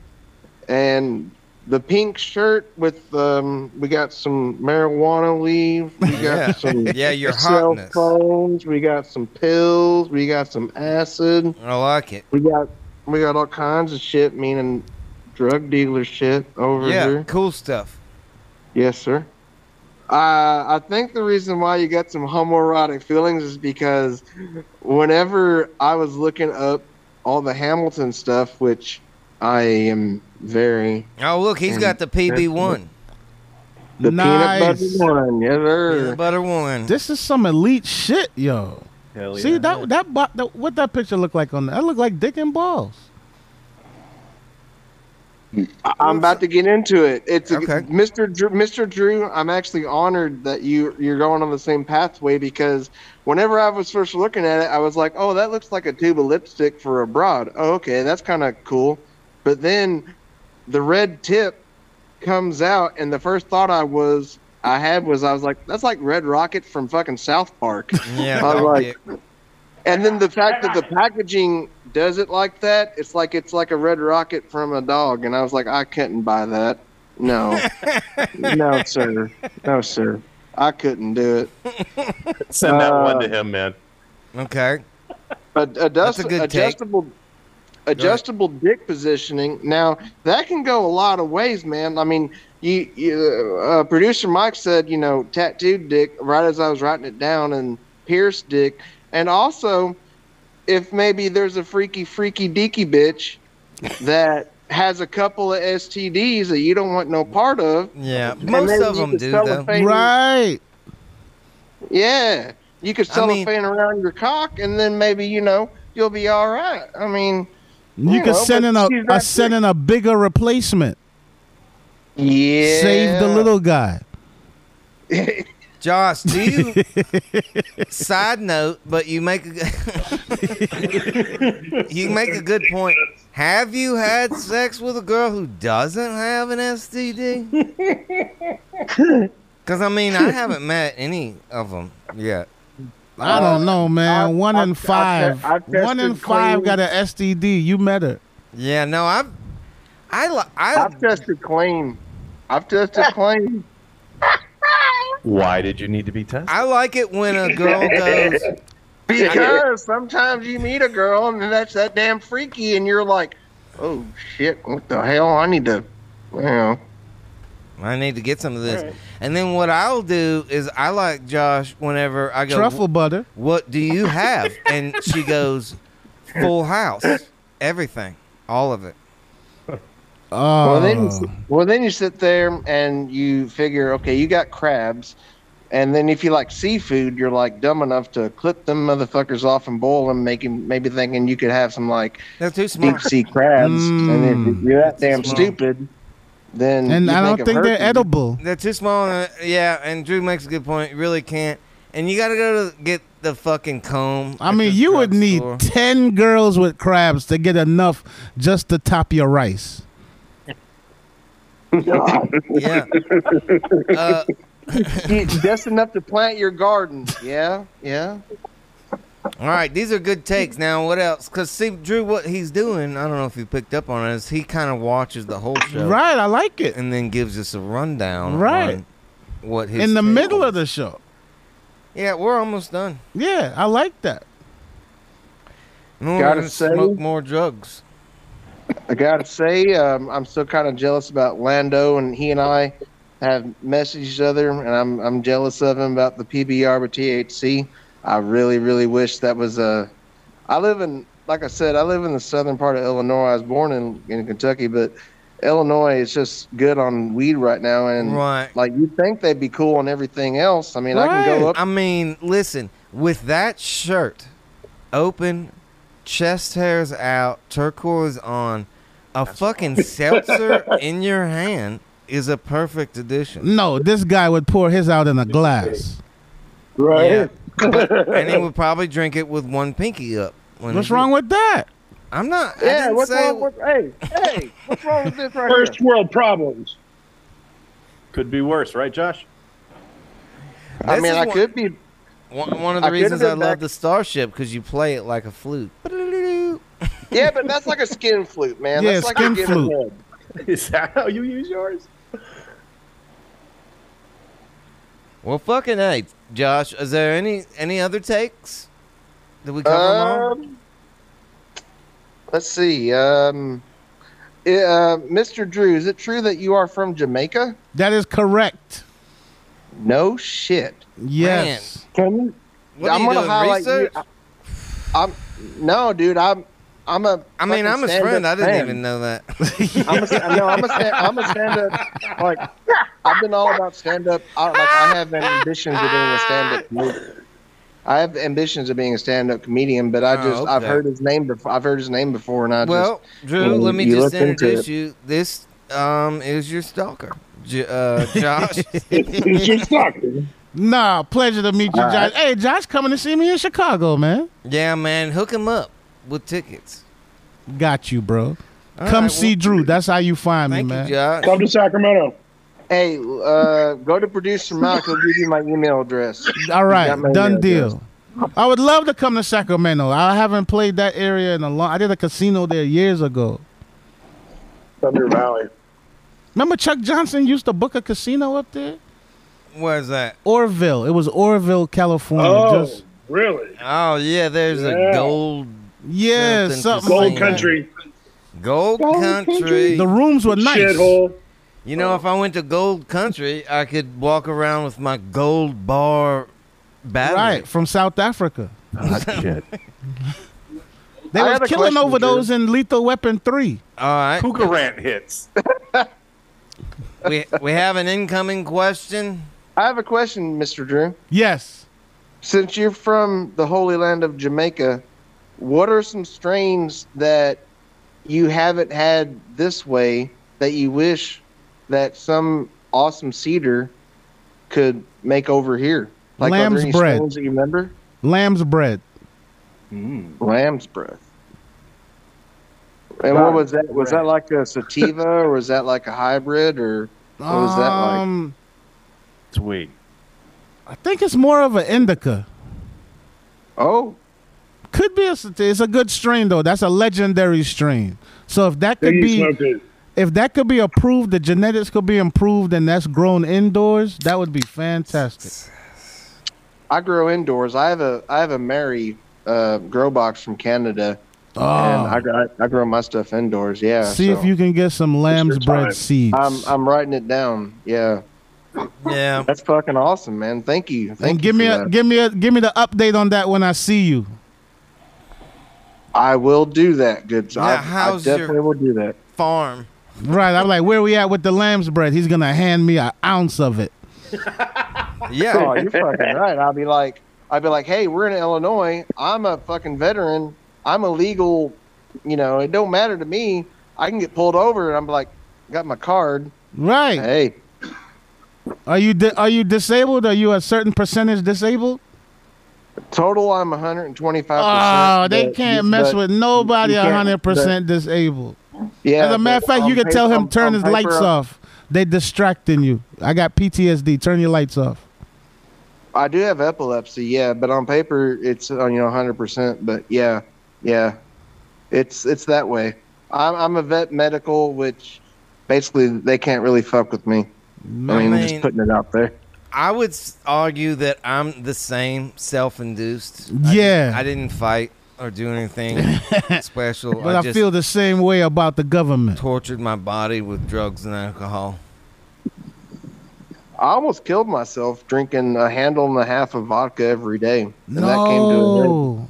And the pink shirt with um, we got some marijuana leaves, we got Yeah. some *laughs* Yeah, your cell hotness. phones, we got some pills, we got some acid, I like it. we got we got all kinds of shit, meaning drug dealer shit over yeah, here. cool stuff. Yes, sir. Uh, I think the reason why you got some homoerotic feelings is because whenever I was looking up all the Hamilton stuff, which I am very Oh, look, Mm, he's got the PB one, the Nice. peanut butter one, yes sir. peanut butter one. This is some elite shit, yo. Hell yeah. See that that, bo- that what that picture look like on that? That look like dick and balls. I- I'm about to get into it. It's a, Okay. Mr. Drew, Mr. Drew. I'm actually honored that you you're going on the same pathway because whenever I was first looking at it, I was like, "Oh, that looks like a tube of lipstick for a broad. Oh, okay, that's kind of cool." But then the red tip comes out, and the first thought I was I had was I was like, "That's like Red Rocket from fucking South Park." Yeah, I dog like- dick. And then the fact that the packaging does it like that, it's like it's like a red rocket from a dog. And I was like, I couldn't buy that. No, *laughs* no, sir, no, sir, I couldn't do it. Send that Uh, one to him, man. Okay. Ad- adjust- a good take. adjustable adjustable dick positioning. Now that can go a lot of ways, man. I mean, you, you uh, producer Mike said, you know, tattooed dick right as I was writing it down, and pierced dick, and also if maybe there's a freaky freaky deaky *laughs* bitch that has a couple of STDs that you don't want no part of. Yeah. and Most then of you them could do though. cellophane- Right. yeah, you could I mean- cellophane around your cock, and then maybe you know you'll be all right. I mean, You You could know, send but in a, she's a not send in a bigger replacement. yeah, Save the little guy. Josh, do *laughs* you? side note, but you make a, good- *laughs* you make a good point. Have you had sex with a girl who doesn't have an *laughs* STD? Because I mean, I haven't met any of them yet. I don't know, man. I've- one in I've- I've Uh, te- 5 I've one in tested five clean. got an STD. You met her. Yeah, no, I've I li- I *laughs* I've tested clean. I've tested clean. Why did you need to be tested? I like it when a girl goes. Because sometimes you meet a girl and that's that damn freaky, and you're like, oh shit, what the hell? I need to, you know. I need to get some of this, and then what I'll do is I like Josh whenever I go. Truffle butter. what do you have? And she goes, full house, everything, all of it. Oh, Well, Uh, then, you sit- well, then you sit there and you figure, okay, you got crabs. And then if you like seafood, you're like dumb enough to clip them motherfuckers off and boil them, making maybe thinking you could have some like They're too *laughs* deep smart. sea crabs. And Mm. if you're that damn small. stupid, then and you I don't of think they're herpes. edible. They're too small. uh, yeah, and Drew makes a good point. You really can't. And you got to go to get the fucking comb. I at mean, the you would need drugstore. ten girls with crabs to get enough just to top your rice. Yeah. Uh, You- just enough to plant your garden. Yeah, yeah. all right, these are good takes. Now, what else? Because see, Drew, what he's doing, I don't know if you picked up on it, is he kind of watches the whole show Right, I like it. and then gives us a rundown. Right. on what his In the take middle was. of the show. yeah, we're almost done. Yeah, I like that. No, Gotta to say- smoke more drugs. I gotta say, um, I'm still kind of jealous about Lando, and he and I have messaged each other, and I'm I'm jealous of him about the PBR with THC. I really, really wish that was a. I live in, like I said, I live in the southern part of Illinois. I was born in in Kentucky, but Illinois is just good on weed right now, and Right. like you think they'd be cool on everything else. I mean, I can go up. I mean, listen, with that shirt open, chest hairs out, turquoise on, a fucking seltzer in your hand is a perfect addition. No, this guy would pour his out in a glass. Right. Yeah. But- and he would probably drink it with one pinky up. when What's he- wrong with that? I'm not. I Yeah, didn't what's say- wrong? With, hey, *laughs* hey, what's wrong with this right here? First world problems. Could be worse, right, Josh? *laughs* I This mean, is I one- could be One, one of the I could've reasons I been love back- the Starship because you play it like a flute. Yeah, but that's like a skin flute, man. Yeah, that's like skin a given flute. head. Is that how you use yours? Well, fucking hey, Josh. Is there any any other takes? Did we cover them all? Um, let's see. Um, eh, uh, Mr. Drew, is it true that you are from Jamaica? That is correct. No shit. Yes. Can What are you doing, research? you. I, am no, dude. I'm. I'm a. I mean, fucking I'm his stand-up friend. I didn't fan. even know that. *laughs* I'm a, sta- no, I'm a, stand, I'm a stand-up. Like, I've been all about stand-up. I, like, I have ambitions of being a stand-up. comedian. I have ambitions of being a stand-up comedian, but I Oh, just I've okay. heard his name before. I've heard his name before, and *laughs* I well, Drew, you- let me you just looked into introduce it. you. This um is your stalker, J- uh, *laughs* Josh. It's just stuck. Nah, pleasure to meet you, Josh. Hey, Josh coming to see me in Chicago, man. yeah, man, hook him up with tickets. Got you, bro. All Come right, see well, Drew. That's how you find me, Thank man. you, Josh. Come to Sacramento. just hey, uh, go to producer Mike. He'll give you my email address. All right, got my done email deal. address. I would love to come to Sacramento. I haven't played that area in a long. I did a casino there years ago. Thunder Valley. Remember Chuck Johnson used to book a casino up there? Where's that? Orville. It was Orville, California. Oh, Mm, Just really? Oh yeah, there's Yeah. a gold yeah, Something casino. something. like Gold that. country, gold country. The rooms were nice. shithole. You Oh. know, if I went to gold country, I could walk around with my gold bar battery. Right from South Africa. shit. They I was have a killing question, over Drew. those in Lethal Weapon Three. All right. Cougar rant hits. we we have an incoming question. I have a question, Mr. Drew. Yes. Since you're from the holy land of Jamaica, what are some strains that you haven't had this way that you wish that some awesome cedar could make over here? are there Lamb's any bread. strains that you remember? Lamb's bread. Hmm, Lamb's breath. And what was that? Was that like a sativa, or was that like a hybrid, or what was that like? Um, Sweet. I think it's more of an indica. Oh, Could be a sat- it's a good strain though. That's a legendary strain. So if that They could you be smoked it. if that could be approved, the genetics could be improved, and that's grown indoors. That would be fantastic. I grow indoors. I have a I have a Mary uh, grow box from Canada, Oh, and I got I grow my stuff indoors. Yeah. see so if you can get some lamb's your time. bread seeds. I'm I'm writing it down. Yeah, Yeah. that's fucking awesome, man. Thank you. Thank and you give me for a that. give me a give me the update on that when I see you. I will do that. Good. Now, I, I how's your- definitely will *laughs* do that. Farm. Right. I'm like, where we at with the lamb's bread? He's gonna hand me an ounce of it. Yeah. Oh, you're fucking right. I'll be like, I'll be like, hey, we're in Illinois. I'm a fucking veteran. I'm a legal. You know, it don't matter to me. I can get pulled over, and I'm like, got my card. Right. Hey, Are you di- are you disabled? Are you a certain percentage disabled? total, I'm 125. Oh, they can't mess with nobody you can't- hundred percent disabled. Yeah. As a matter of but fact, you on can paper- tell him on- turn on his paper, uh, lights off. They distracting you. I got PTSD. Turn your lights off. I do have epilepsy. Yeah, but on paper, it's uh, you know 100. percent But yeah, yeah, it's it's that way. I'm I'm a vet medical, which basically they can't really fuck with me. I mean, mean- just putting it out there. I would s- argue that I'm the same, self-induced. I Yeah. didn't- I, didn't fight or do anything *laughs* special. But I, I, just feel the same way about the government. tortured my body with drugs and alcohol. I almost killed myself drinking a handle and a half of vodka every day. And that came to No,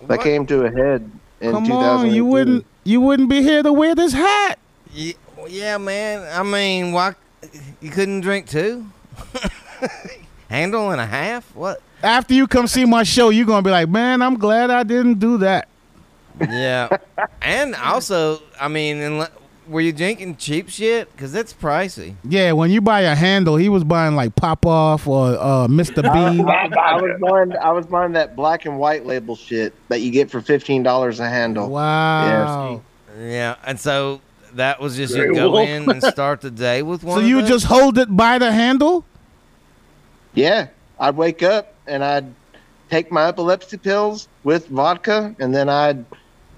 a head. That came to a head in come 2000. on, you wouldn't you wouldn't be here to wear this hat. Yeah, yeah, man. I mean, why you couldn't drink two? *laughs* Handle and a half? What? After you come see my show, you're gonna be like, man, I'm glad I didn't do that. Yeah. and also, I mean, unle- were you drinking cheap shit? Because that's pricey. Yeah, when you buy a handle, he was buying like Pop Off or uh, Mr. *laughs* *laughs* Bean. I, I was buying I was buying that black and white label shit that you get for fifteen dollars a handle. Wow. Yeah, and so that was just Grey you go wolf. in and start the day with one. *laughs* So of you those? just hold it by the handle? Yeah, I'd wake up and I'd take my epilepsy pills with vodka, and then I'd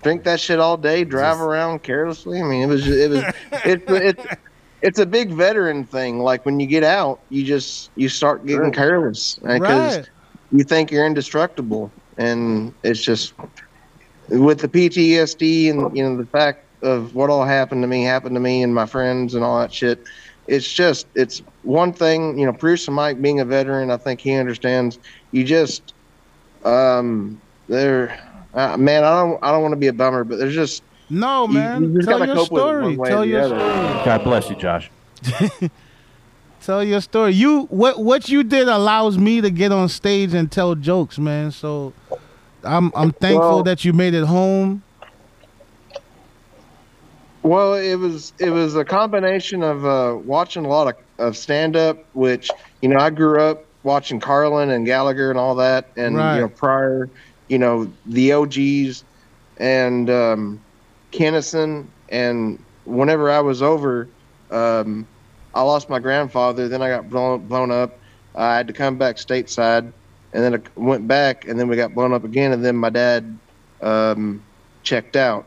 drink that shit all day, drive around carelessly. I mean, it was it was it, it, it's a big veteran thing. Like when you get out, you just you start getting careless because Right. you think you're indestructible, and it's just with the PTSD and you know the fact of what all happened to me happened to me and my friends and all that shit it's just it's one thing you know producer mike being a veteran i think he understands you just um there uh, man i don't i don't want to be a bummer but there's just No, you- Oh, man. you just Tell gotta your cope with it one story. way or Tell the your other. story. God bless you, Josh. Tell your story. You what what you did allows me to get on stage and tell jokes, man. So I'm I'm thankful Well- that you made it home. Well, it was it was a combination of uh, watching a lot of, of stand up, which you know I grew up watching Carlin and Gallagher and all that, and Right. you know prior, you know the OGs and um, Kennison, and whenever I was over, um, I lost my grandfather. Then I got blown blown up. I had to come back stateside, and then it went back, and then we got blown up again, and then my dad um, checked out,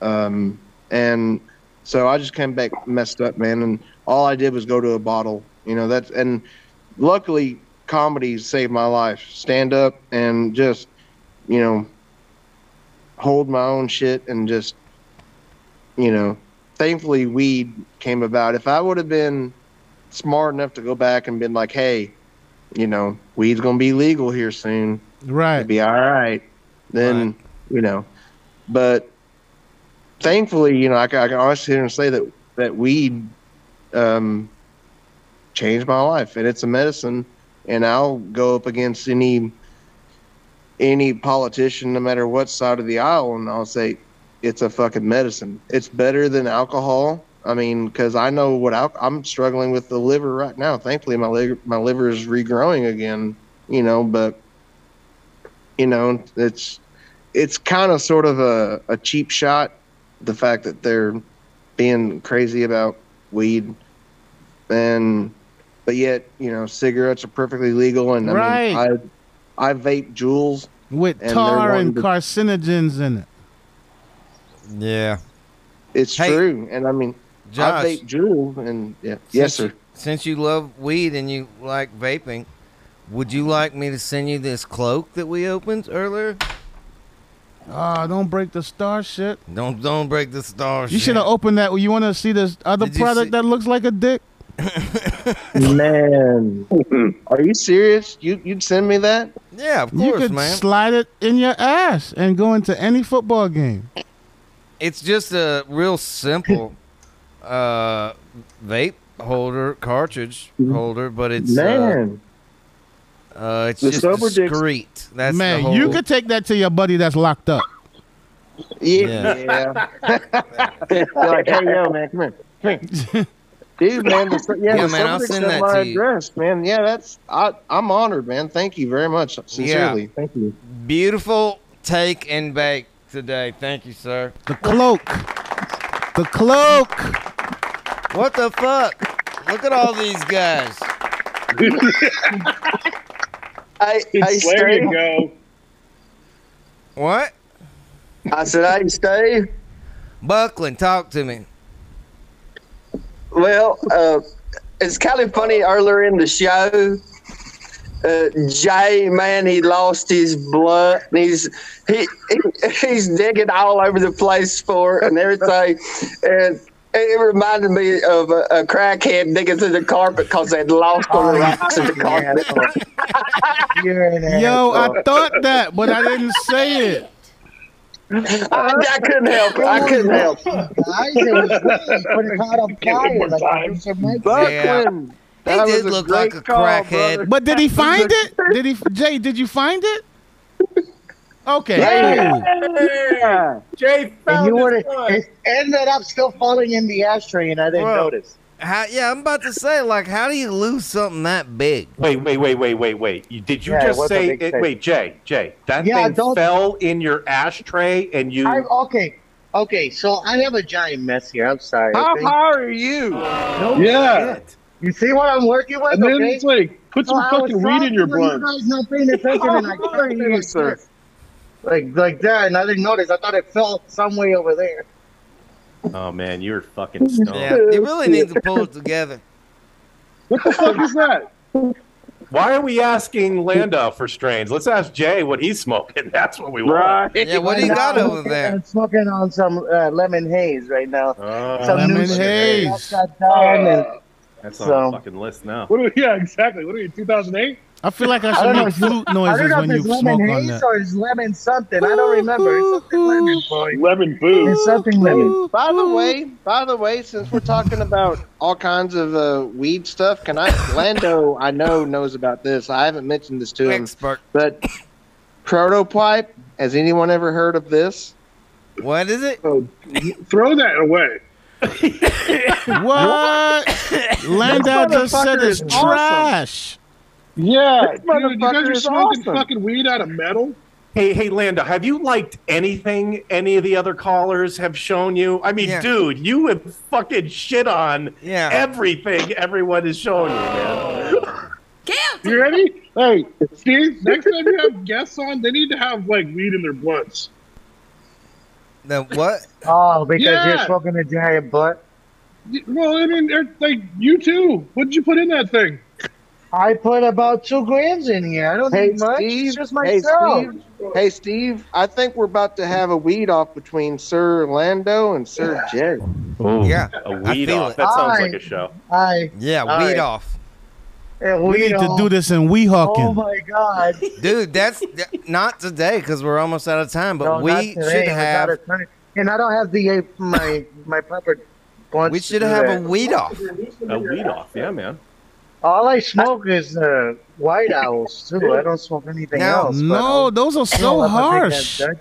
um, and so I just came back messed up, man, and all I did was go to a bottle, you know. That's and luckily comedy saved my life. Stand up and just, you know, hold my own shit and just, you know, thankfully weed came about. If I would have been smart enough to go back and been like, hey, you know, weed's gonna be legal here soon. Right. It'd be all right. Then you know, but thankfully, you know, I, can- I can honestly sit here and say that that weed um, changed my life, and it's a medicine. And I'll go up against any any politician, no matter what side of the aisle, and I'll say it's a fucking medicine. It's better than alcohol. I mean, because I know what al- I'm struggling with the liver right now. Thankfully, my liver my liver is regrowing again. You know, but you know, it's it's kind of sort of a, a cheap shot. The fact that they're being crazy about weed, and but yet you know, cigarettes are perfectly legal, and I mean, I I vape jewels. With And they're tar wanting and to- carcinogens in it. Yeah. It's Hey, true, and I mean, Josh. I vape jewels, and yeah, yes, Since- sir. Since you love weed and you like vaping, would you like me to send you this cloak that we opened earlier? Ah, don't break the star shit. Don't don't break the star. You should have opened that. You want to see this Oh, other Did you product see- that looks like a dick? Man, *laughs* are you serious? You you'd send me that? Yeah, of you course, could man. slide it in your ass and go into any football game. it's just a real *laughs* simple uh, vape holder cartridge Mm-hmm. holder, but it's uh, Man, uh, it's The just sober dicks- discreet. That's Man, the whole, you could take that to your buddy that's locked up. yeah. *laughs* They're like, hey, yo, man, come here, come *laughs* here. Dude, man, the, yeah, Yeah, the man, I'll Celtics send have that my to you. address, man. Yeah, that's I. I'm honored, man. Thank you very much, sincerely. Thank *laughs* you. beautiful take and bake today. Thank you, sir. The cloak. The cloak. What the fuck? Look at all these guys. I, I There stay. you go. What? I said I stay. Buckland, talk to me. Well, uh, it's kind of funny. Earlier in the show, uh, Jay man, he lost his blood. And he's he, he he's digging all over the place for it and everything, and. It it reminded me of a, a crackhead digging through the carpet because they'd lost all the rocks in the *laughs* carpet. You're an Yo, I thought that, but I didn't say it. I, I couldn't help it. I couldn't help. it. guys. It was great. Put *laughs* it out on Give it one fire more like time. we should make. Buckland. He That did was a look like great a call, crackhead. brother. But did he find it? Did he, Jay? Did you find it? Okay. Yeah. And you would it ended up still falling in the ashtray, and I didn't Well, notice. How, yeah, I'm about to say, like, how do you lose something that big? Wait, wait, wait, wait, wait, wait. You, did you Yeah, it just was a say big it? thing. Wait, Jay, Jay, that Yeah, thing don't- fell in your ashtray and you. I, okay, okay. So I have a giant mess here. I'm sorry. How okay? high are you? Yeah. You see what I'm working with? And then okay? it's like, put some I was fucking weed in your talking blunt. when You guys not paying attention, and *laughs* I How kept are it you, like sir? this. Like like that, and I didn't notice. I thought it fell some way over there. Oh man, you're fucking stoned. Yeah, you really need to pull it *laughs* together. What the fuck is that? Why are we asking Landau for strains? Let's ask Jay what he's smoking. *laughs* That's what we want. Yeah, what do you And got I'm- over there? I'm smoking on some uh, lemon haze right now. Oh, Some Lemon new shit that haze. I got down, and that's so- on the fucking list now. What are we, yeah, exactly. What are you, 2008? I feel like I I should don't know make if you- flute I don't noises know if when you it's smoke lemon on haze that. or it's lemon something. I don't remember. It's something lemon, boy. Lemon boo. It's something lemon. By the way, by the way, since we're talking about all kinds of uh, weed stuff, can I? Lando, I know knows about this. I haven't mentioned this to him, Expert. but protopipe. Has anyone ever heard of this? What is Oh. it? Throw that away. *laughs* What? Landau just said motherfucker it's is awesome. trash. Yeah. This Dude, you guys motherfucker are is smoking awesome. fucking weed out of metal? Hey, hey, Landau, have you liked anything any of the other callers have shown you? I mean, Yeah. dude, you have fucking shit on Yeah. everything everyone is showing you, man. Guilty. You ready? Hey, see, next time you have guests on, they need to have like weed in their blunts. The what? Oh, because you're Yeah. smoking a giant butt. Y- Well, I mean, they're- like you too. What did you put in that thing? I put about two grams in here. I don't Hey need much. Steve, It's just hey myself. Steve, hey Steve, I think we're about to have a weed off between Sir Lando and Sir Jerry. Oh, Yeah, A I weed feel off. it. That sounds Hi. like a show. I, Yeah, All weed right. off, and We need to all- do this in Oh Weehawken. my God. dude. That's that- not today because we're almost out of time. But No, not we today. should We're have not a time. And I don't have the uh, my my proper. blunts we to should do have a that. weed off. A weed off. Yeah, man. All I smoke is uh, *laughs* White Owls too. I don't smoke anything No, else. but no, those are I'll- so I'll take that harsh. Dutch.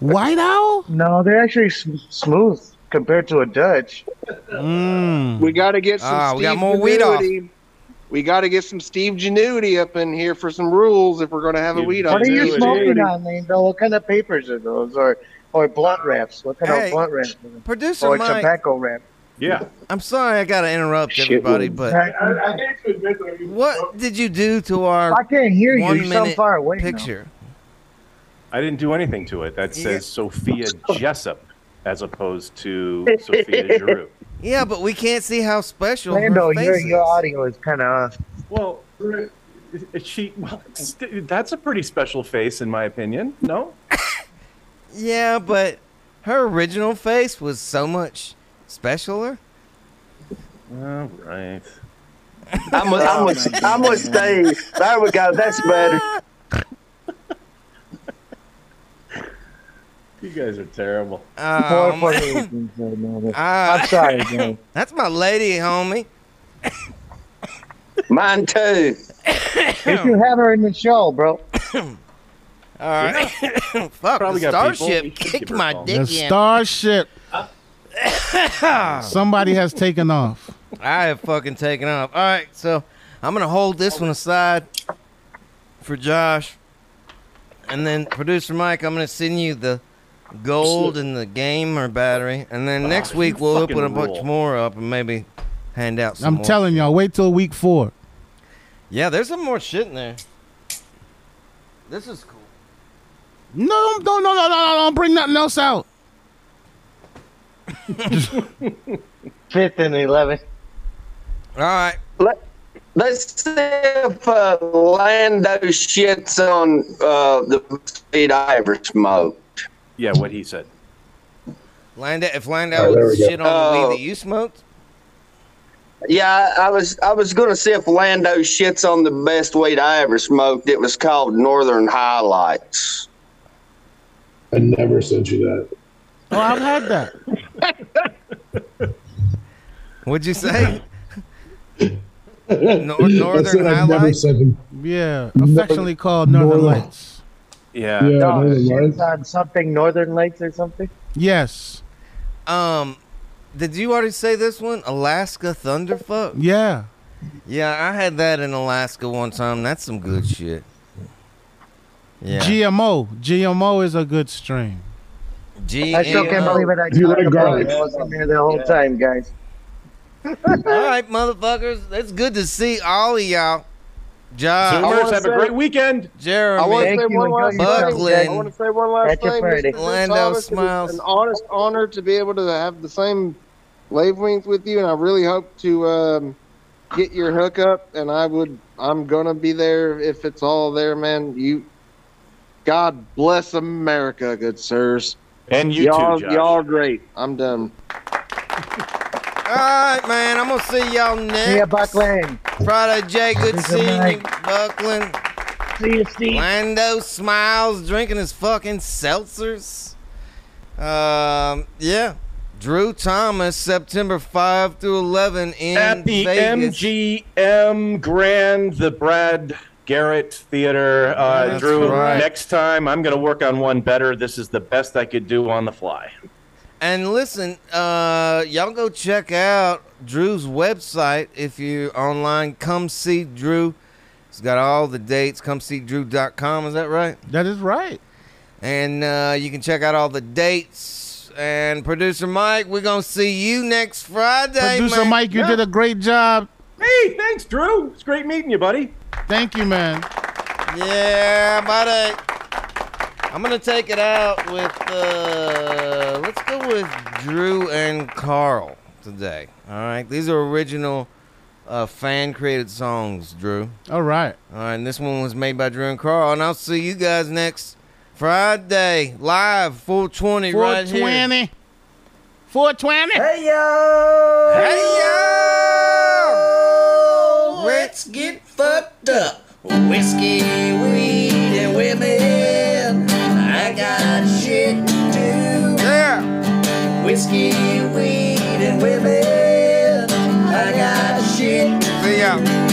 White Owl? No, they're actually sm- smooth compared to a Dutch. Mm. We got to get some. Ah, Steve we got more weed off. Genuity. We got to get some Steve Genuity up in here for some rules if we're going to have a Steve weed Genuity. off. What are you Dude, smoking dude. on, Lando? What kind of papers are those, or or blunt wraps? What kind Hey, of blunt wraps? Are those? Producer Or Mike, tobacco wrap? Yeah. I'm sorry I gotta interrupt Shit, everybody, man. but I, I hate to admit that. what did you do to I our can't hear you. one You're so minute far away. now. picture? I didn't do anything to it. That says *laughs* Sophia Jessup as opposed to Sophia Giroux. Yeah, but we can't see how special Lando, her face your your is. audio is kind of off. Well, is she. Well, st- that's a pretty special face, in my opinion. No. Yeah, but her original face was so much specialer. All right. I'm gonna I'm a- I'm a stay. There we go. That's better. You guys are terrible. Poor Um, *laughs* Puerto Ricans right now. They're- ah, I'm sorry, man. *laughs* that's my lady, homie. Mine too. We should have her in the show, bro. All right, *coughs* fuck Probably the got people. We starship should give kicked her a my call. dick The in. starship. Somebody has taken off. I have fucking taken off. All right, so I'm gonna hold this one aside for Josh, and then producer Mike, I'm gonna send you the gold and the gamer battery, and then next you week we'll fucking open a bunch rule. more up and maybe hand out some. I'm more. telling y'all, wait till week four. Yeah, there's some more shit in there. This is cool. No, don't, don't, no, no, no, no, don't bring nothing else out. Fifth and eleventh. All right, Let, let's see if uh, Lando shits on uh, the weed I ever smoked. Yeah, what he said. Landau. If All Landau right, there was we go. shit on the Oh. weed that you smoked, Yeah, I I was I was gonna see if Lando shits on the best weed I ever smoked. It was called Northern Highlights. I never sent you that. Oh, I've had that. what'd you *laughs* say? Nor- Northern I never Highlights. sent him. Yeah, affectionately called Northern Northern- Lights. Yeah. Yeah, No, Northern shit's Lights. on something Northern Lights or something. Yes. Um, did you already say this one? Alaska Thunderfuck. Yeah. Yeah, I had that in Alaska one time. That's some good shit. Yeah. GMO. GMO is a good strain. G- I still can't believe it. I Do you talked like about garlic? it. I was in there the whole time, guys. All right, motherfuckers. That's good to see all of y'all. Josh, wanna Zoomers, have a say- great weekend. I want Jeremy. to Thank say you, one and last go thing. yourself. I want to say one last That's your thing. Friday. Mr. Lando Thomas. It was smiles. An honest honor to be able to have the same wave wings with you, and I really hope to um, get your hookup. And I would, I'm gonna be there if it's all there, man. You, God bless America, good sirs. And you all too, Josh. y'all great. I'm done. All right, man. I'm going to see y'all next. See ya, Buckland. Friday, Jay. Good Good seeing you, night. Buckland. See you, Steve. Lando smiles, drinking his fucking seltzers. Um, yeah. Drew Thomas, September 5 through 11 in At the Vegas. MGM Grand, the Brad Garrett Theater. Uh, That's Drew, right. next time I'm going to work on one better. This is the best I could do on the fly. And listen, uh, y'all go check out Drew's website if you're online. Come see Drew. It's got all the dates. Come see Drew.com. Is that right? That is right. And uh, you can check out all the dates. And producer Mike, we're going to see you next Friday. Producer man. Mike, you did a great job. Hey, thanks, Drew. It's great meeting you, buddy. Thank you, man. Yeah, buddy. I'm gonna take it out with uh, let's go with Drew and Carl today. All right, these are original uh, fan created songs, Drew. All right. All right, and this one was made by Drew and Carl, and I'll see you guys next Friday live 420 right here. 420. 420. Hey, yo. Hey, yo. Let's get fucked up. Whiskey, weed, and women. I got shit to do. Yeah. Whiskey, weed, and women. I got shit to do. See ya.